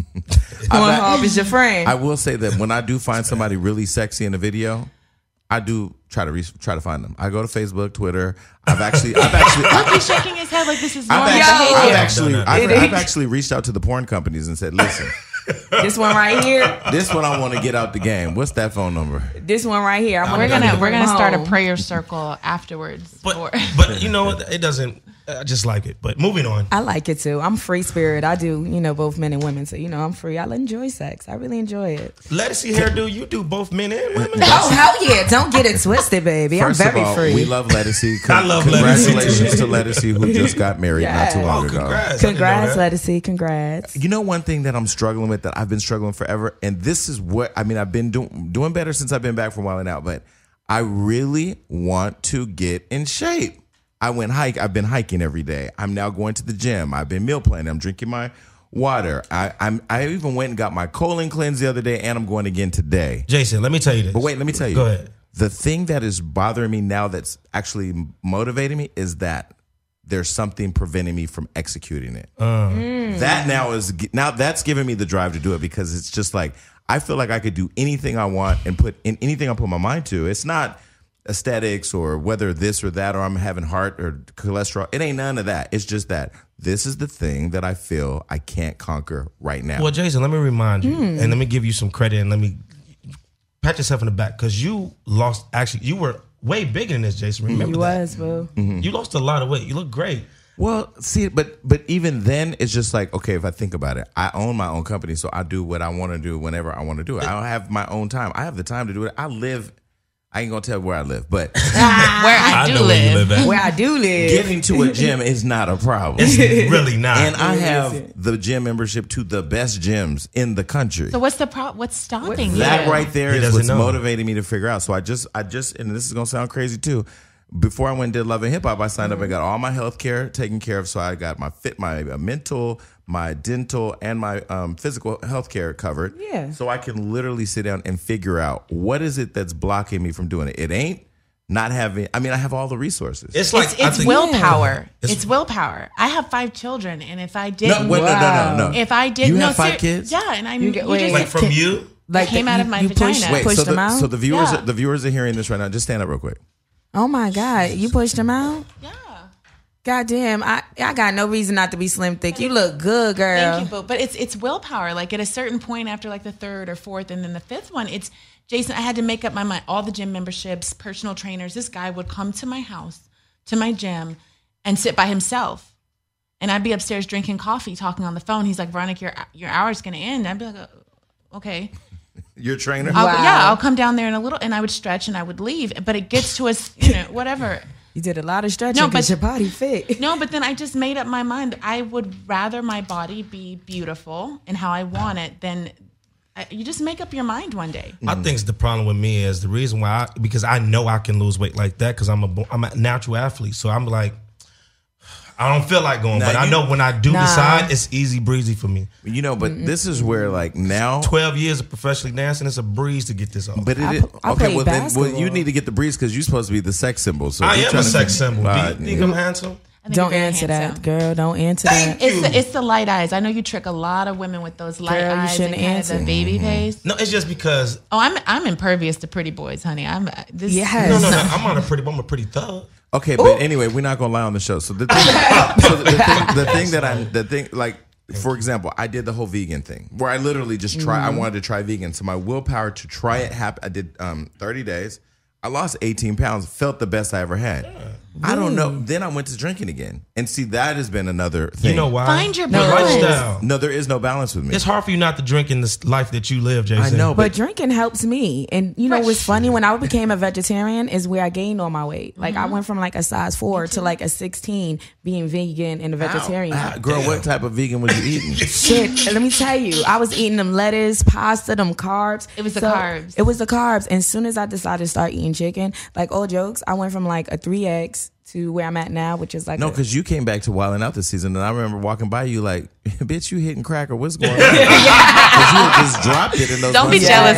[SPEAKER 3] Pornhub is your friend.
[SPEAKER 2] I will say that when I do find somebody really sexy in a video, I do try to re- try to find them. I go to Facebook, Twitter. I've actually, I've actually, I've,
[SPEAKER 5] He's shaking his head like this is normal.
[SPEAKER 2] I've actually, I've
[SPEAKER 3] Yo.
[SPEAKER 2] actually,
[SPEAKER 4] No, no, no.
[SPEAKER 2] I've,
[SPEAKER 3] It
[SPEAKER 2] I've
[SPEAKER 3] is.
[SPEAKER 2] actually reached out to the porn companies and said, "Listen,
[SPEAKER 3] this one right here.
[SPEAKER 2] this one I want to get out the game. What's that phone number?"
[SPEAKER 3] This one right here. I'm
[SPEAKER 5] We're gonna we're gonna start a
[SPEAKER 3] Home.
[SPEAKER 5] prayer circle afterwards. for-
[SPEAKER 4] but but you know what? it doesn't. I just like it. But moving on.
[SPEAKER 3] I like it too. I'm free spirit. I do, you know, both men and women. So you know, I'm free. I enjoy sex. I really enjoy it.
[SPEAKER 4] Lettucey hairdo, you do both men and women.
[SPEAKER 3] Oh hell yeah! Don't get it twisted, baby.
[SPEAKER 2] First
[SPEAKER 3] I'm very
[SPEAKER 2] of all,
[SPEAKER 3] free.
[SPEAKER 2] we love Lettucey. Con-
[SPEAKER 4] I love Lettucey,
[SPEAKER 2] Congratulations to Lettucey who just got married not too
[SPEAKER 3] Yes.
[SPEAKER 2] long
[SPEAKER 4] Oh,
[SPEAKER 2] ago.
[SPEAKER 4] congrats! I didn't know
[SPEAKER 3] congrats,
[SPEAKER 4] that.
[SPEAKER 3] Lettucey. Congrats.
[SPEAKER 2] You know, one thing that I'm struggling with that I've been struggling forever, and this is what I mean. I've been doing doing better since I've been back from Wild 'N Out, but I really want to get in shape. I went hike. I've been hiking every day. I'm now going to the gym. I've been meal planning. I'm drinking my water. I, I'm I even went and got my colon cleanse the other day, and I'm going again today.
[SPEAKER 4] Jason, let me tell you this.
[SPEAKER 2] But wait, let me tell you.
[SPEAKER 4] Go ahead.
[SPEAKER 2] The thing that is bothering me now that's actually motivating me is that there's something preventing me from executing it.
[SPEAKER 4] Uh.
[SPEAKER 2] That now is now that's giving me the drive to do it because it's just like I feel like I could do anything I want and put in anything I put my mind to. It's not aesthetics or whether this or that or I'm having heart or cholesterol. It ain't none of that. It's just that this is the thing that I feel I can't conquer right now.
[SPEAKER 4] Well, Jason, let me remind you, and let me give you some credit, and let me pat yourself in the back because you lost. Actually, you were way bigger than this, Jason. Remember
[SPEAKER 3] You
[SPEAKER 4] that?
[SPEAKER 3] was, boo.
[SPEAKER 2] Mm-hmm.
[SPEAKER 4] You lost a lot of weight. You look great.
[SPEAKER 2] Well, see, but but even then, it's just like okay. If I think about it, I own my own company, so I do what I want to do whenever I want to do it. I don't have my own time. I have the time to do it. I live. I ain't gonna tell where I live, but
[SPEAKER 5] Where I, do live.
[SPEAKER 4] at.
[SPEAKER 3] Where I do live.
[SPEAKER 2] getting to a gym is not a problem.
[SPEAKER 4] It's really not.
[SPEAKER 2] And I have the gym membership to the best gyms in the country.
[SPEAKER 5] So what's the pro- What's stopping you?
[SPEAKER 2] That right there
[SPEAKER 4] He
[SPEAKER 2] is
[SPEAKER 4] doesn't
[SPEAKER 2] what's
[SPEAKER 4] know.
[SPEAKER 2] motivating me to figure out. So I just, I just, and this is gonna sound crazy too. Before I went and did Love and Hip Hop, I signed up. I
[SPEAKER 5] Mm-hmm.
[SPEAKER 2] got all my health care taken care of. So I got my fit, my uh, mental, my dental, and my um, physical health care covered.
[SPEAKER 3] Yeah.
[SPEAKER 2] So I can literally sit down and figure out what is it that's blocking me from doing it. It ain't not having. I mean, I have all the resources.
[SPEAKER 4] it's like I
[SPEAKER 5] it's
[SPEAKER 4] think-
[SPEAKER 5] willpower.
[SPEAKER 4] It's-
[SPEAKER 5] It's, willpower. I have five children, and if I
[SPEAKER 2] no,
[SPEAKER 5] didn't,
[SPEAKER 2] wait, no, no, no, no.
[SPEAKER 5] if I didn't,
[SPEAKER 2] you
[SPEAKER 5] no,
[SPEAKER 2] have five
[SPEAKER 5] ser-
[SPEAKER 2] kids.
[SPEAKER 5] Yeah, and I'm
[SPEAKER 3] You
[SPEAKER 5] you,
[SPEAKER 3] get-
[SPEAKER 5] just
[SPEAKER 4] like from you.
[SPEAKER 3] like
[SPEAKER 5] came
[SPEAKER 3] that
[SPEAKER 5] out
[SPEAKER 3] you-
[SPEAKER 5] of my
[SPEAKER 3] you pushed-
[SPEAKER 5] vagina.
[SPEAKER 2] Wait,
[SPEAKER 3] pushed
[SPEAKER 2] so
[SPEAKER 3] them
[SPEAKER 2] the,
[SPEAKER 3] out.
[SPEAKER 2] so the viewers,
[SPEAKER 5] Yeah.
[SPEAKER 2] the viewers are hearing this right now. Just stand up real quick.
[SPEAKER 3] oh my god, you pushed them out.
[SPEAKER 5] yeah.
[SPEAKER 3] God damn, I I got no reason not to be slim thick. You look good, girl.
[SPEAKER 5] Thank you, Boo. But it's it's willpower. Like at a certain point after like the third or fourth and then the fifth one, it's Jason, I had to make up my mind. All the gym memberships, personal trainers, this guy would come to my house, to my gym, and sit by himself. And I'd be upstairs drinking coffee, talking on the phone. He's like, Veronica, your your hour's gonna end. I'd be like, "Oh, okay.
[SPEAKER 2] Your trainer.
[SPEAKER 5] I'll,
[SPEAKER 3] Wow.
[SPEAKER 5] Yeah, I'll come down there in a little, and I would stretch and I would leave. But it gets to us, you know, whatever.
[SPEAKER 3] You did a lot of stretching
[SPEAKER 5] No, but-
[SPEAKER 3] because your body fit.
[SPEAKER 5] No, but then I just made up my mind. that I would rather my body be beautiful and how I want it than I, you just make up your mind one day.
[SPEAKER 4] I
[SPEAKER 2] Mm.
[SPEAKER 4] think the problem with me is the reason why I, because I know I can lose weight like that because I'm a bo- I'm a natural athlete, so I'm like. I don't feel like going,
[SPEAKER 2] Nah,
[SPEAKER 4] but I
[SPEAKER 2] you-
[SPEAKER 4] know when I do
[SPEAKER 3] Nah.
[SPEAKER 4] decide, it's easy breezy for me.
[SPEAKER 2] You know, but this is where like now.
[SPEAKER 4] Twelve years of professionally dancing, it's a breeze to get this off.
[SPEAKER 2] But it
[SPEAKER 3] I
[SPEAKER 2] is-
[SPEAKER 3] pl- I
[SPEAKER 2] okay.
[SPEAKER 3] played
[SPEAKER 2] Well, then, well, you
[SPEAKER 3] basketball.
[SPEAKER 2] need to get the breeze because you're supposed to be the sex symbol. So
[SPEAKER 4] I
[SPEAKER 2] you're
[SPEAKER 4] am
[SPEAKER 2] trying
[SPEAKER 4] a
[SPEAKER 2] to
[SPEAKER 4] sex
[SPEAKER 2] con-
[SPEAKER 4] symbol.
[SPEAKER 2] Uh,
[SPEAKER 4] do you think
[SPEAKER 2] yeah.
[SPEAKER 4] I'm handsome?
[SPEAKER 5] I
[SPEAKER 3] Don't
[SPEAKER 5] think you're very
[SPEAKER 3] answer
[SPEAKER 5] handsome.
[SPEAKER 3] that, girl. Don't answer that.
[SPEAKER 5] It's the, it's the light eyes. I know you trick a lot of women with those light
[SPEAKER 3] Girl, you
[SPEAKER 5] eyes and
[SPEAKER 3] shouldn't
[SPEAKER 5] kind of
[SPEAKER 3] answer. Mm-hmm.
[SPEAKER 5] the baby face.
[SPEAKER 4] No, it's just because
[SPEAKER 5] Oh, I'm I'm impervious to pretty boys, honey. I'm uh, this.
[SPEAKER 3] Yes.
[SPEAKER 4] no, no, no. I'm not a pretty, I'm a pretty thug.
[SPEAKER 2] Okay, but anyway, we're not gonna lie on the show. So the thing, so the, thing the thing that I, the thing like, for example, I did the whole vegan thing where I literally just try.
[SPEAKER 3] Mm.
[SPEAKER 2] I wanted to try vegan, so my willpower to try it happened. I did um, 30 days. I lost 18 pounds. Felt the best I ever had. I don't know. Then I went to drinking again, and see that has been another thing.
[SPEAKER 4] You know why?
[SPEAKER 5] Find your
[SPEAKER 4] The
[SPEAKER 5] balance.
[SPEAKER 4] lifestyle.
[SPEAKER 2] No, there is no balance with me.
[SPEAKER 4] It's hard for you not to drink in this life that you live, Jason.
[SPEAKER 2] I know,
[SPEAKER 3] But drinking helps me. And you know
[SPEAKER 5] Right.
[SPEAKER 3] what's funny? When I became a vegetarian is where I gained all my weight. Like
[SPEAKER 5] Mm-hmm.
[SPEAKER 3] I went from like a size four to like a sixteen being vegan and a vegetarian.
[SPEAKER 2] Ah, girl, what type of vegan was you eating?
[SPEAKER 3] Shit, let me tell you, I was eating them lettuce, pasta, them carbs.
[SPEAKER 5] It was the carbs.
[SPEAKER 3] It was the carbs. And as soon as I decided to start eating chicken, like all jokes, I went from like a three X to where I'm at now, which is like
[SPEAKER 2] no,
[SPEAKER 3] a-
[SPEAKER 2] because you came back to Wildin' Out this season, and I remember walking by you like, "Bitch, you hitting crack or what's going on?" 'Cause you had just dropped it in those.
[SPEAKER 5] Don't be
[SPEAKER 2] months.
[SPEAKER 5] jealous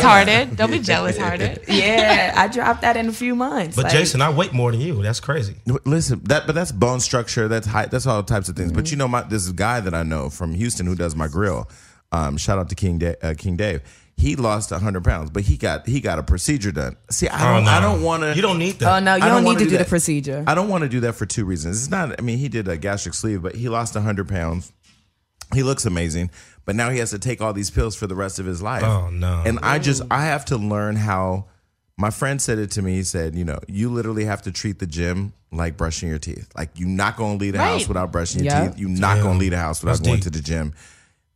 [SPEAKER 5] hearted. Don't be jealous hearted.
[SPEAKER 3] yeah, I dropped that in a few months.
[SPEAKER 4] But
[SPEAKER 3] Like,
[SPEAKER 4] Jason, I weigh more than you. That's crazy.
[SPEAKER 2] No, Listen, that but that's bone structure. That's height. That's all types of things.
[SPEAKER 5] Mm-hmm.
[SPEAKER 2] But you know, my this guy that I know from Houston who does my grill. Um, shout out to King da- uh, King Dave. He lost hundred pounds, but he got he got a procedure done. See, I don't
[SPEAKER 4] Oh, no.
[SPEAKER 2] I don't want to.
[SPEAKER 4] You don't need
[SPEAKER 3] oh
[SPEAKER 4] that.
[SPEAKER 3] no, you
[SPEAKER 2] I
[SPEAKER 3] don't,
[SPEAKER 2] wanna
[SPEAKER 3] need to do, the
[SPEAKER 2] that.
[SPEAKER 3] procedure.
[SPEAKER 2] I don't want to do that for two reasons. It's not. I mean, he did a gastric sleeve, but he lost hundred pounds. He looks amazing, but now he has to take all these pills for the rest of his life.
[SPEAKER 4] Oh, no.
[SPEAKER 2] And I just I have to learn how. My friend said it to me. He said, "You know, you literally have to treat the gym like brushing your teeth. Like you're not going to leave the house
[SPEAKER 5] Right.
[SPEAKER 2] without brushing your
[SPEAKER 3] Yeah.
[SPEAKER 2] teeth. You're not going to leave the house without going
[SPEAKER 4] deep.
[SPEAKER 2] to the gym."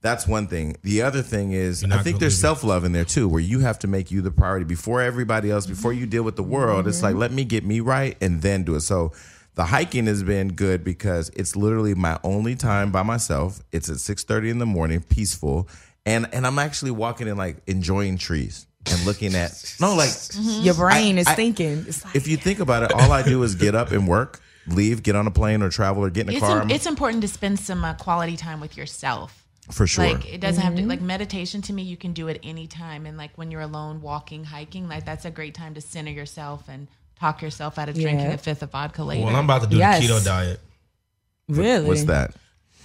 [SPEAKER 2] That's one thing. The other thing is, I
[SPEAKER 4] not
[SPEAKER 2] think
[SPEAKER 4] gonna
[SPEAKER 2] there's
[SPEAKER 4] leave it.
[SPEAKER 2] self love in there too, where you have to make you the priority before everybody
[SPEAKER 4] Mm-hmm.
[SPEAKER 2] else, before you deal with the world. It's like, let me get me right and then do it. So the hiking has been good because it's literally my only time by myself. It's at 6:30 in the morning, peaceful. And and I'm actually walking and like enjoying trees and looking at no, like
[SPEAKER 4] Mm-hmm.
[SPEAKER 3] Your brain
[SPEAKER 2] I-
[SPEAKER 3] is
[SPEAKER 2] I-
[SPEAKER 3] thinking. It's like,
[SPEAKER 2] if you think about it, all I do is get up and work, leave, get on a plane or travel or get in a
[SPEAKER 5] It's,
[SPEAKER 2] car.
[SPEAKER 5] it's important to spend some uh, quality time with yourself.
[SPEAKER 2] for sure.
[SPEAKER 5] Like it doesn't have to
[SPEAKER 3] Mm-hmm.
[SPEAKER 5] like meditation to me you can do it any time and like when you're alone walking hiking like that's a great time to center yourself and talk yourself out of drinking
[SPEAKER 3] Yeah.
[SPEAKER 5] a fifth of vodka later.
[SPEAKER 4] Well, I'm about to do
[SPEAKER 3] Yes.
[SPEAKER 4] the keto diet.
[SPEAKER 3] Really?
[SPEAKER 2] What's that?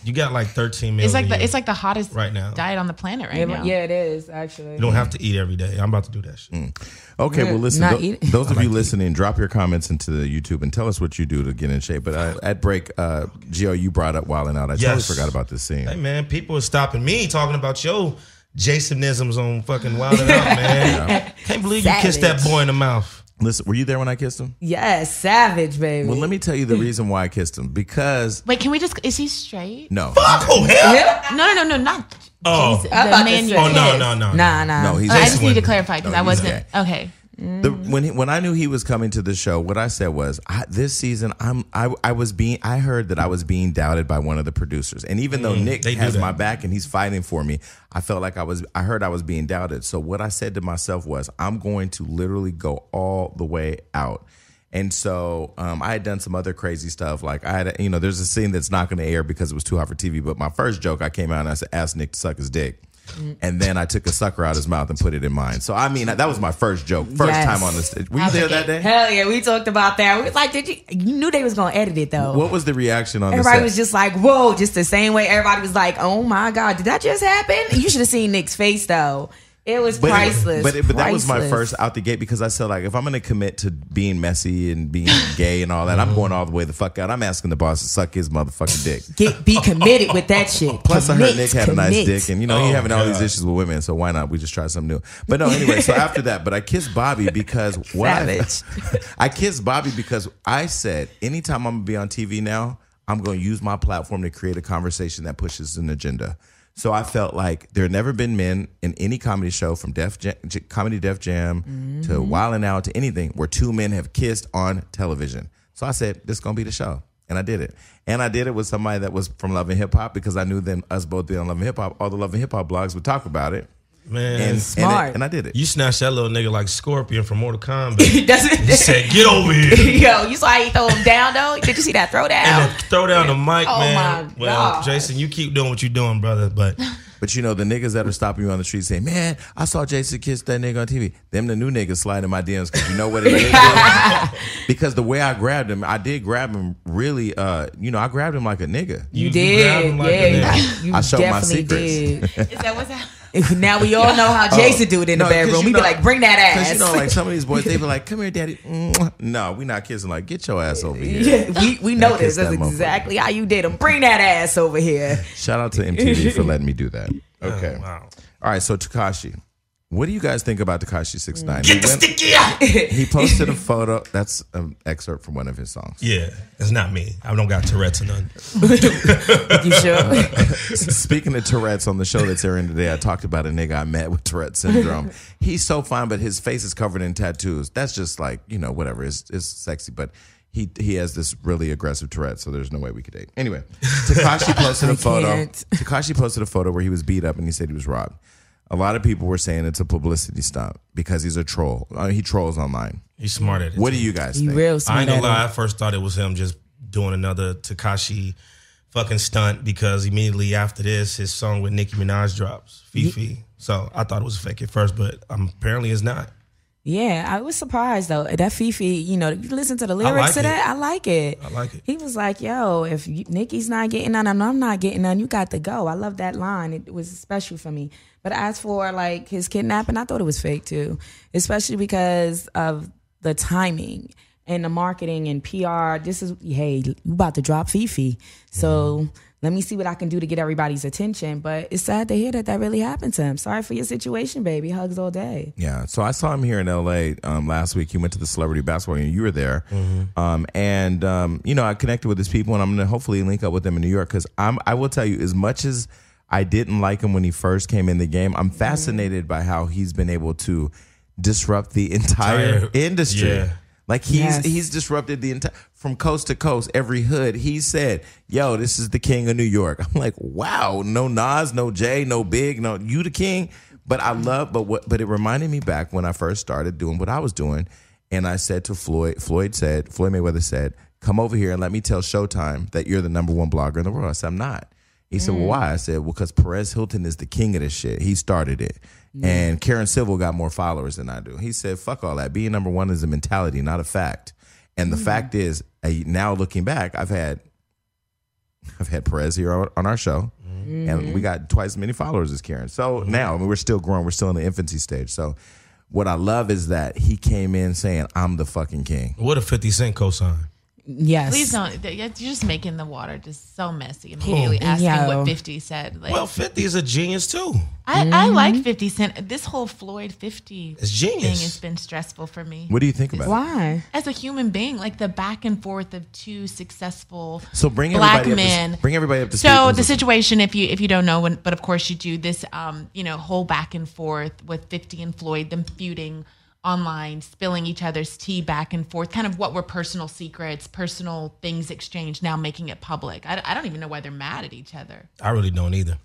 [SPEAKER 4] You got like 13 meals.
[SPEAKER 5] It's like
[SPEAKER 4] a
[SPEAKER 5] the
[SPEAKER 4] year.
[SPEAKER 5] it's like the hottest
[SPEAKER 4] Right now.
[SPEAKER 5] diet on the planet right
[SPEAKER 3] It-
[SPEAKER 5] now.
[SPEAKER 3] yeah, it is actually.
[SPEAKER 4] you don't have to eat every day. I'm about to do that shit.
[SPEAKER 2] Mm. Okay, well, listen,
[SPEAKER 3] Not
[SPEAKER 2] tho-
[SPEAKER 3] eating.
[SPEAKER 2] those of you listening, drop your comments into the YouTube and tell us what you do to get in shape. But uh, at break, uh, Gio, you brought up Wildin' Out. I totally
[SPEAKER 4] Yes.
[SPEAKER 2] forgot about this scene.
[SPEAKER 4] Hey man, people are stopping me talking about your Jasonisms on fucking Wild and Out, man. Can't believe you kissed that
[SPEAKER 3] Savage.
[SPEAKER 4] boy in the mouth.
[SPEAKER 2] Listen, were you there when I kissed him?
[SPEAKER 3] Yes, savage baby.
[SPEAKER 2] Well, let me tell you the reason why I kissed him. Because,
[SPEAKER 5] Wait, can we just? Is he straight?
[SPEAKER 2] no,
[SPEAKER 4] Oh hell!
[SPEAKER 5] No, no, no, no, not.
[SPEAKER 4] Oh.
[SPEAKER 5] Jason,
[SPEAKER 3] I'm
[SPEAKER 5] the
[SPEAKER 3] about to
[SPEAKER 5] man
[SPEAKER 3] say.
[SPEAKER 5] you
[SPEAKER 4] Oh no, no, no, no.
[SPEAKER 3] nah, nah.
[SPEAKER 2] no, he's
[SPEAKER 5] I just need to
[SPEAKER 4] Jason.
[SPEAKER 5] clarify because
[SPEAKER 2] No,
[SPEAKER 5] I
[SPEAKER 2] he's
[SPEAKER 5] wasn't okay.
[SPEAKER 2] The,
[SPEAKER 4] Mm.
[SPEAKER 2] when he, when I knew he was coming to the show, what I said was, I, "This season, I'm I, I was being I heard that I was being doubted by one of the producers, and even though Nick
[SPEAKER 4] Mm. they do
[SPEAKER 2] has
[SPEAKER 4] that.
[SPEAKER 2] my back and he's fighting for me, I felt like I was I heard I was being doubted. So what I said to myself was, I'm going to literally go all the way out. And so um, I had done some other crazy stuff. Like I had, you know, there's a scene that's not going to air because it was too hot for TV. But my first joke, I came out and I said, asked Nick to suck his dick.
[SPEAKER 4] Mm.
[SPEAKER 2] And then I took a sucker out his mouth and put it in mine. So I mean, that was my first joke, first
[SPEAKER 3] Yes.
[SPEAKER 2] time on the stage. Were you there that day?
[SPEAKER 3] Hell yeah, we talked about that. We was like, did you? You knew they was gonna edit it though.
[SPEAKER 2] What was the reaction on
[SPEAKER 3] Everybody
[SPEAKER 2] the
[SPEAKER 3] was
[SPEAKER 2] set?
[SPEAKER 3] just like, whoa, just the same way everybody was like, oh my God, did that just happen? You should have seen Nick's face though. It was
[SPEAKER 2] But it-
[SPEAKER 3] priceless.
[SPEAKER 2] but, it- but that was my
[SPEAKER 3] priceless.
[SPEAKER 2] first out the gate because I said like if I'm going to commit to being messy and being gay and all that, I'm
[SPEAKER 3] Mm-hmm.
[SPEAKER 2] going all the way the fuck out. I'm asking the boss to suck his motherfucking dick.
[SPEAKER 3] Get, be committed with that shit.
[SPEAKER 2] Plus, I heard
[SPEAKER 3] Commit,
[SPEAKER 2] Nick had a nice
[SPEAKER 3] commit.
[SPEAKER 2] dick, and you know he
[SPEAKER 4] Oh,
[SPEAKER 2] having all these
[SPEAKER 4] God.
[SPEAKER 2] issues with women, so why not? We just try something new. But no, anyway. so after that, but I kissed Bobby because what I, I kissed Bobby because I said anytime I'm gonna be on TV now, I'm gonna use my platform to create a conversation that pushes an agenda. So I felt like there had never been men in any comedy show from Def Jam, J- comedy Def Jam to Wild 'N Out to anything where two men have kissed on television. So I said this is gonna be the show. And I did it. And I did it with somebody that was from Love and Hip Hop because I knew them us both being on Love and Hip Hop. All the Love and Hip Hop blogs would talk about it.
[SPEAKER 4] Man,
[SPEAKER 2] And And,
[SPEAKER 3] Smart.
[SPEAKER 2] it- and I did it.
[SPEAKER 4] you snatched that little nigga like Scorpion from Mortal Kombat.
[SPEAKER 3] That's
[SPEAKER 4] He
[SPEAKER 3] it.
[SPEAKER 4] said, "Get over here."
[SPEAKER 3] Yo, you saw how he throw him down though? Did you see that throw down?
[SPEAKER 4] And then throw down the mic,
[SPEAKER 3] Oh,
[SPEAKER 4] man.
[SPEAKER 3] my
[SPEAKER 4] well,
[SPEAKER 3] gosh.
[SPEAKER 4] Jason, you keep doing what you're doing, brother. But
[SPEAKER 2] But you know, the niggas that are stopping you on the street saying, Man, I saw Jason kiss that nigga on TV. Them the new niggas sliding my DMs because you know what it is. bro? because the way I grabbed him, I did grab him really uh, you know, I grabbed him like a nigga.
[SPEAKER 3] You,
[SPEAKER 4] you grabbed
[SPEAKER 3] did.
[SPEAKER 4] him like
[SPEAKER 3] yeah,
[SPEAKER 4] a
[SPEAKER 3] you- you
[SPEAKER 2] I showed my
[SPEAKER 3] definitely
[SPEAKER 2] secrets. Oh.
[SPEAKER 3] did.
[SPEAKER 5] Is that what's happening?
[SPEAKER 3] now we all know how Jason do it in
[SPEAKER 2] No,
[SPEAKER 3] the
[SPEAKER 2] 'cause you
[SPEAKER 3] bedroom. We be
[SPEAKER 2] know-
[SPEAKER 3] like, bring that
[SPEAKER 2] Because
[SPEAKER 3] ass.
[SPEAKER 2] you know, like some of these boys, they be like, Come here, daddy. Mwah. No, we not kissing. Like, get your ass over here.
[SPEAKER 3] yeah, we we know this.
[SPEAKER 2] kissed
[SPEAKER 3] That's
[SPEAKER 2] that motherfucker.
[SPEAKER 3] exactly how you did him. Bring that ass over here.
[SPEAKER 2] Shout out to MTV for letting me do that. Okay.
[SPEAKER 4] wow.
[SPEAKER 2] All right, so Takashi. What do you guys think about Takashi 69? Get the sticky He posted a photo. That's an excerpt from one of his songs.
[SPEAKER 4] yeah, it's not me. I don't got Tourette's or none.
[SPEAKER 3] You sure?
[SPEAKER 2] Speaking of Tourette's on the show that's airing today, I talked about a nigga I met with Tourette's syndrome. He's so fine, but his face is covered in tattoos. That's just like you know whatever. It's, it's sexy, but he he has this really aggressive Tourette, so there's no way we could date. Anyway, Takashi posted a photo.
[SPEAKER 3] can't.
[SPEAKER 2] Takashi posted a photo where he was beat up and he said he was robbed. A lot of people were saying it's a publicity stunt because he's a troll. I mean, he trolls online.
[SPEAKER 4] He's smart at it.
[SPEAKER 2] What
[SPEAKER 4] too.
[SPEAKER 2] do you guys
[SPEAKER 3] You
[SPEAKER 2] think?
[SPEAKER 3] real smart.
[SPEAKER 4] I ain't gonna
[SPEAKER 3] at it.
[SPEAKER 4] lie. I first thought it was him just doing another Takashi fucking stunt because immediately after this, his song with Nicki Minaj drops, Fifi. So I thought it was fake at first, but um, apparently it's not.
[SPEAKER 3] Yeah, I was surprised though. That Fifi, you know, you listen to the lyrics
[SPEAKER 4] like
[SPEAKER 3] to that, I like it.
[SPEAKER 4] I like it.
[SPEAKER 3] He was like, "Yo, if you, Nikki's not getting none, and I'm not getting none. You got to go." I love that line. It was special for me. But as for like his kidnapping, I thought it was fake too, especially because of the timing and the marketing and PR. This is hey, you about to drop Fifi, so
[SPEAKER 4] Mm-hmm.
[SPEAKER 3] let me see what I can do to get everybody's attention. But it's sad to hear that that really happened to him. Sorry for your situation, baby. Hugs all day.
[SPEAKER 2] Yeah, so I saw him here in LA um, last week. He went to the celebrity basketball game. You were there,
[SPEAKER 4] Mm-hmm.
[SPEAKER 2] um, and um, you know I connected with his people, and I'm going to hopefully link up with them in New York because I'm. I will tell you, as much as I didn't like him when he first came in the game,
[SPEAKER 4] Mm-hmm.
[SPEAKER 2] I'm fascinated by how he's been able to disrupt the entire
[SPEAKER 4] Entire-
[SPEAKER 2] industry.
[SPEAKER 4] yeah.
[SPEAKER 2] Like he's
[SPEAKER 3] Yes.
[SPEAKER 2] he's disrupted the entire from coast to coast, every hood. He said, "Yo, this is the king of New York." I'm like, "Wow, no Nas, no Jay, no Big, no you the king." But I love, but what, but it reminded me back when I first started doing what I was doing, and I said to Floyd, Floyd said, Floyd Mayweather said, "Come over here and let me tell Showtime that you're the number one blogger in the world." I said, "I'm not." He said,
[SPEAKER 5] Mm.
[SPEAKER 2] "Well, why?" I said, "Well, because Perez Hilton is the king of this shit. He started it, and Karen Civil got more followers than I do." He said, "Fuck all that. Being number one is a
[SPEAKER 5] Mm-hmm.
[SPEAKER 2] mentality, not a fact." And the fact is, uh, now looking back, I've had I've had Perez here on, on our show,
[SPEAKER 5] Mm-hmm.
[SPEAKER 2] and we got twice as many followers as Karen. So now, I mean, we're still growing. We're still in the infancy stage. So what I love is that he came in saying, "I'm the fucking king."
[SPEAKER 4] What a 50 Cent cosign.
[SPEAKER 3] Yes.
[SPEAKER 5] Please don't. th- You're just making the water just so messy. Immediately
[SPEAKER 3] Cool.
[SPEAKER 5] asking
[SPEAKER 3] Yo.
[SPEAKER 5] what 50 said. Like,
[SPEAKER 4] Well, 50 is a genius too.
[SPEAKER 5] I, I
[SPEAKER 3] Mm-hmm.
[SPEAKER 5] like 50 Cent. This whole Floyd 50
[SPEAKER 4] It's genius.
[SPEAKER 5] thing has been stressful for me.
[SPEAKER 2] What do you think about it?
[SPEAKER 3] Why?
[SPEAKER 5] As a human being, like the back and forth of two successful
[SPEAKER 2] So bring
[SPEAKER 5] black
[SPEAKER 2] everybody up to s-
[SPEAKER 5] men.
[SPEAKER 2] bring everybody up to speed
[SPEAKER 5] So
[SPEAKER 2] on
[SPEAKER 5] the
[SPEAKER 2] something.
[SPEAKER 5] situation, if you if you don't know, when, but of course you do this, um, you know, whole back and forth with 50 and Floyd, them feuding online, spilling each other's tea back and forth, kind of what were personal secrets, personal things exchanged, now making it public. I, I don't even know why they're mad at each other.
[SPEAKER 4] I really don't either.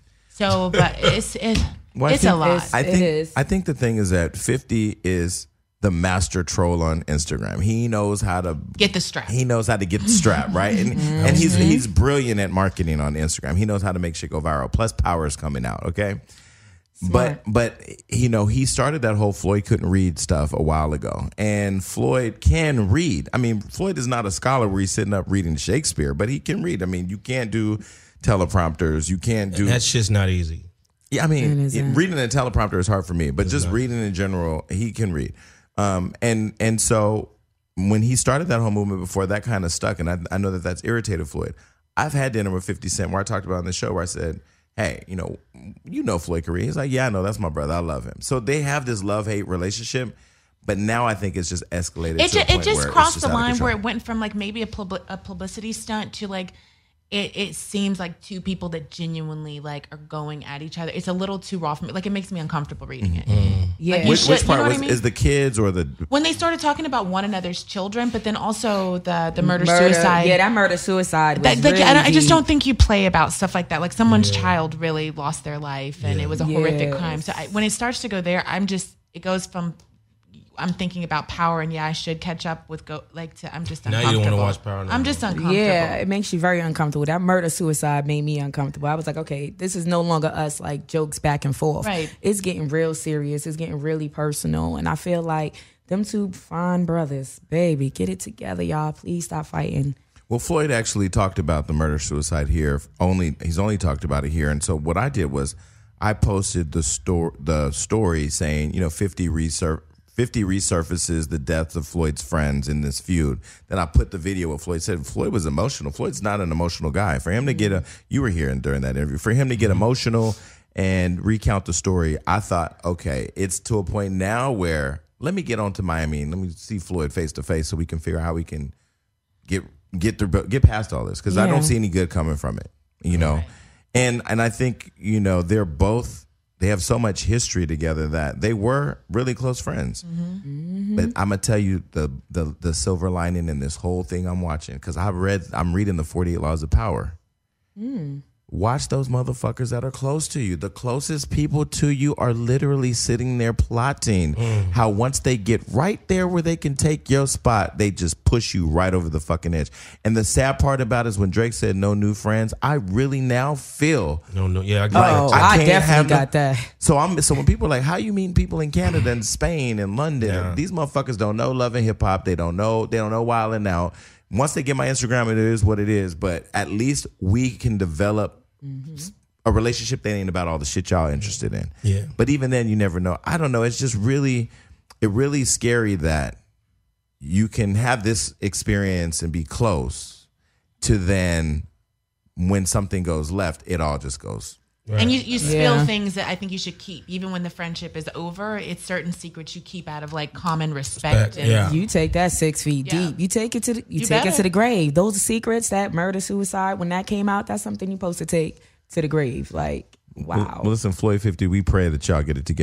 [SPEAKER 5] So, but it's it's,
[SPEAKER 2] Well, I
[SPEAKER 5] it's a
[SPEAKER 2] think-
[SPEAKER 5] lot.
[SPEAKER 3] It's-
[SPEAKER 2] I
[SPEAKER 3] It
[SPEAKER 2] think
[SPEAKER 3] is.
[SPEAKER 2] I think the thing is that 50 is the master troll on Instagram. He knows how to
[SPEAKER 5] Get the strap.
[SPEAKER 2] he knows how to get the strap right, and
[SPEAKER 3] Mm-hmm.
[SPEAKER 2] and he's he's brilliant at marketing on Instagram. He knows how to make shit go viral. Plus, power's coming out. Okay. But but you know he started that whole Floyd couldn't read stuff a while ago, and Floyd can read. I mean, Floyd is not a scholar where he's sitting up reading Shakespeare, but he can read. I mean, you can't do teleprompters, you can't do
[SPEAKER 4] That shit's not easy.
[SPEAKER 2] yeah, I mean, it- reading a teleprompter is hard for me, but just reading in general, he can read. Um, and and so when he started that whole movement before, that kind of stuck, and I, I know that that's irritated Floyd. I've had dinner with Fifty Cent, where I talked about on the show, where I said, "Hey, you know, you know Floyd Carey." He's like, "Yeah, I know. That's my brother. I love him." So they have this love hate relationship, but now I think it's just escalated.
[SPEAKER 5] it,
[SPEAKER 2] to
[SPEAKER 5] ju-
[SPEAKER 2] a
[SPEAKER 5] it
[SPEAKER 2] point
[SPEAKER 5] just
[SPEAKER 2] where it's
[SPEAKER 5] crossed the
[SPEAKER 2] out of
[SPEAKER 5] line
[SPEAKER 2] control.
[SPEAKER 5] where it went from like maybe a, publi- a publicity stunt to like it, it seems like two people that genuinely like are going at each other it's a little too raw for me like it makes me uncomfortable reading
[SPEAKER 2] Mm-hmm.
[SPEAKER 5] it
[SPEAKER 3] Yeah.
[SPEAKER 5] Like, you
[SPEAKER 2] which,
[SPEAKER 5] should-
[SPEAKER 2] which
[SPEAKER 5] you
[SPEAKER 2] part
[SPEAKER 5] know what
[SPEAKER 2] was
[SPEAKER 5] I mean?
[SPEAKER 2] is the kids or the
[SPEAKER 5] when they started talking about one another's children but then also the the murder,
[SPEAKER 3] Murder-
[SPEAKER 5] suicide
[SPEAKER 3] Yeah, that murder suicide. Was
[SPEAKER 5] that, like,
[SPEAKER 3] really
[SPEAKER 5] I, don't, I just
[SPEAKER 3] deep.
[SPEAKER 5] don't think you play about stuff like that. Like someone's child really lost their life, and it was a horrific
[SPEAKER 3] Yes.
[SPEAKER 5] crime. So I, when it starts to go there, I'm just it goes from I'm thinking about power, and yeah, I should catch up with go like to I'm just
[SPEAKER 4] Now you
[SPEAKER 5] uncomfortable.
[SPEAKER 4] don't wanna watch Power no
[SPEAKER 5] I'm
[SPEAKER 4] more.
[SPEAKER 5] just uncomfortable.
[SPEAKER 3] Yeah, it makes you very uncomfortable. That murder suicide made me uncomfortable. I was like, okay, this is no longer us like jokes back and forth.
[SPEAKER 5] Right.
[SPEAKER 3] It's getting real serious. It's getting really personal. And I feel like them two fine brothers, baby, get it together, y'all. Please stop fighting.
[SPEAKER 2] Well, Floyd actually talked about the murder suicide here. Only he's only talked about it here, and so what I did was I posted the story, the story saying, you know, fifty resur- fifty resurfaces the deaths of Floyd's friends in this feud. Then I put the video of Floyd said Floyd was emotional. Floyd's not an emotional guy. For him to get a, you were here and during that interview, for him to get emotional and recount the story, I thought, okay, it's to a point now where let me get on to Miami and let me see Floyd face to face so we can figure out how we can get get through get past all this because I
[SPEAKER 3] Yeah.
[SPEAKER 2] don't see any good coming from it. You know, and and I think you know they're both they have so much history together that they were really close friends. But I'm gonna tell you the the the silver lining in this whole thing I'm watching because I've read I'm reading the 48 Laws of Power. Watch those motherfuckers that are close to you. The closest people to you are literally sitting there plotting how once they get right there where they can take your spot, they just push you right over the fucking edge. And the sad part about it is when Drake said no new friends, I really now feel
[SPEAKER 4] No, no, yeah, I get
[SPEAKER 2] Right.
[SPEAKER 3] Oh,
[SPEAKER 2] I
[SPEAKER 3] I,
[SPEAKER 2] can't have
[SPEAKER 3] definitely
[SPEAKER 2] no-
[SPEAKER 3] got that.
[SPEAKER 2] so I'm so when people are like, how you mean people in Canada and Spain and London? These motherfuckers don't know love and hip hop. They don't know they don't know wild and out. Once they get my Instagram, it is what it is. But at least we can develop a relationship that ain't about all the shit y'all interested in.
[SPEAKER 4] Yeah.
[SPEAKER 2] But even then, you never know. I don't know. It's just really, it really scary that you can have this experience and be close to then when something goes left, it all just goes
[SPEAKER 5] And you, you spill
[SPEAKER 3] Yeah.
[SPEAKER 5] things that I think you should keep, even when the friendship is over. It's certain secrets you keep out of like common
[SPEAKER 4] Respect,
[SPEAKER 5] respect. and-
[SPEAKER 4] yeah.
[SPEAKER 3] You take that six feet
[SPEAKER 5] Yeah.
[SPEAKER 3] deep. You take it to the you,
[SPEAKER 5] You
[SPEAKER 3] take it
[SPEAKER 5] better.
[SPEAKER 3] to the grave. Those secrets, that murder suicide, when that came out, that's something you're supposed to take to the grave. Like, wow.
[SPEAKER 2] Well, listen, Floyd 50, we pray that y'all get it together.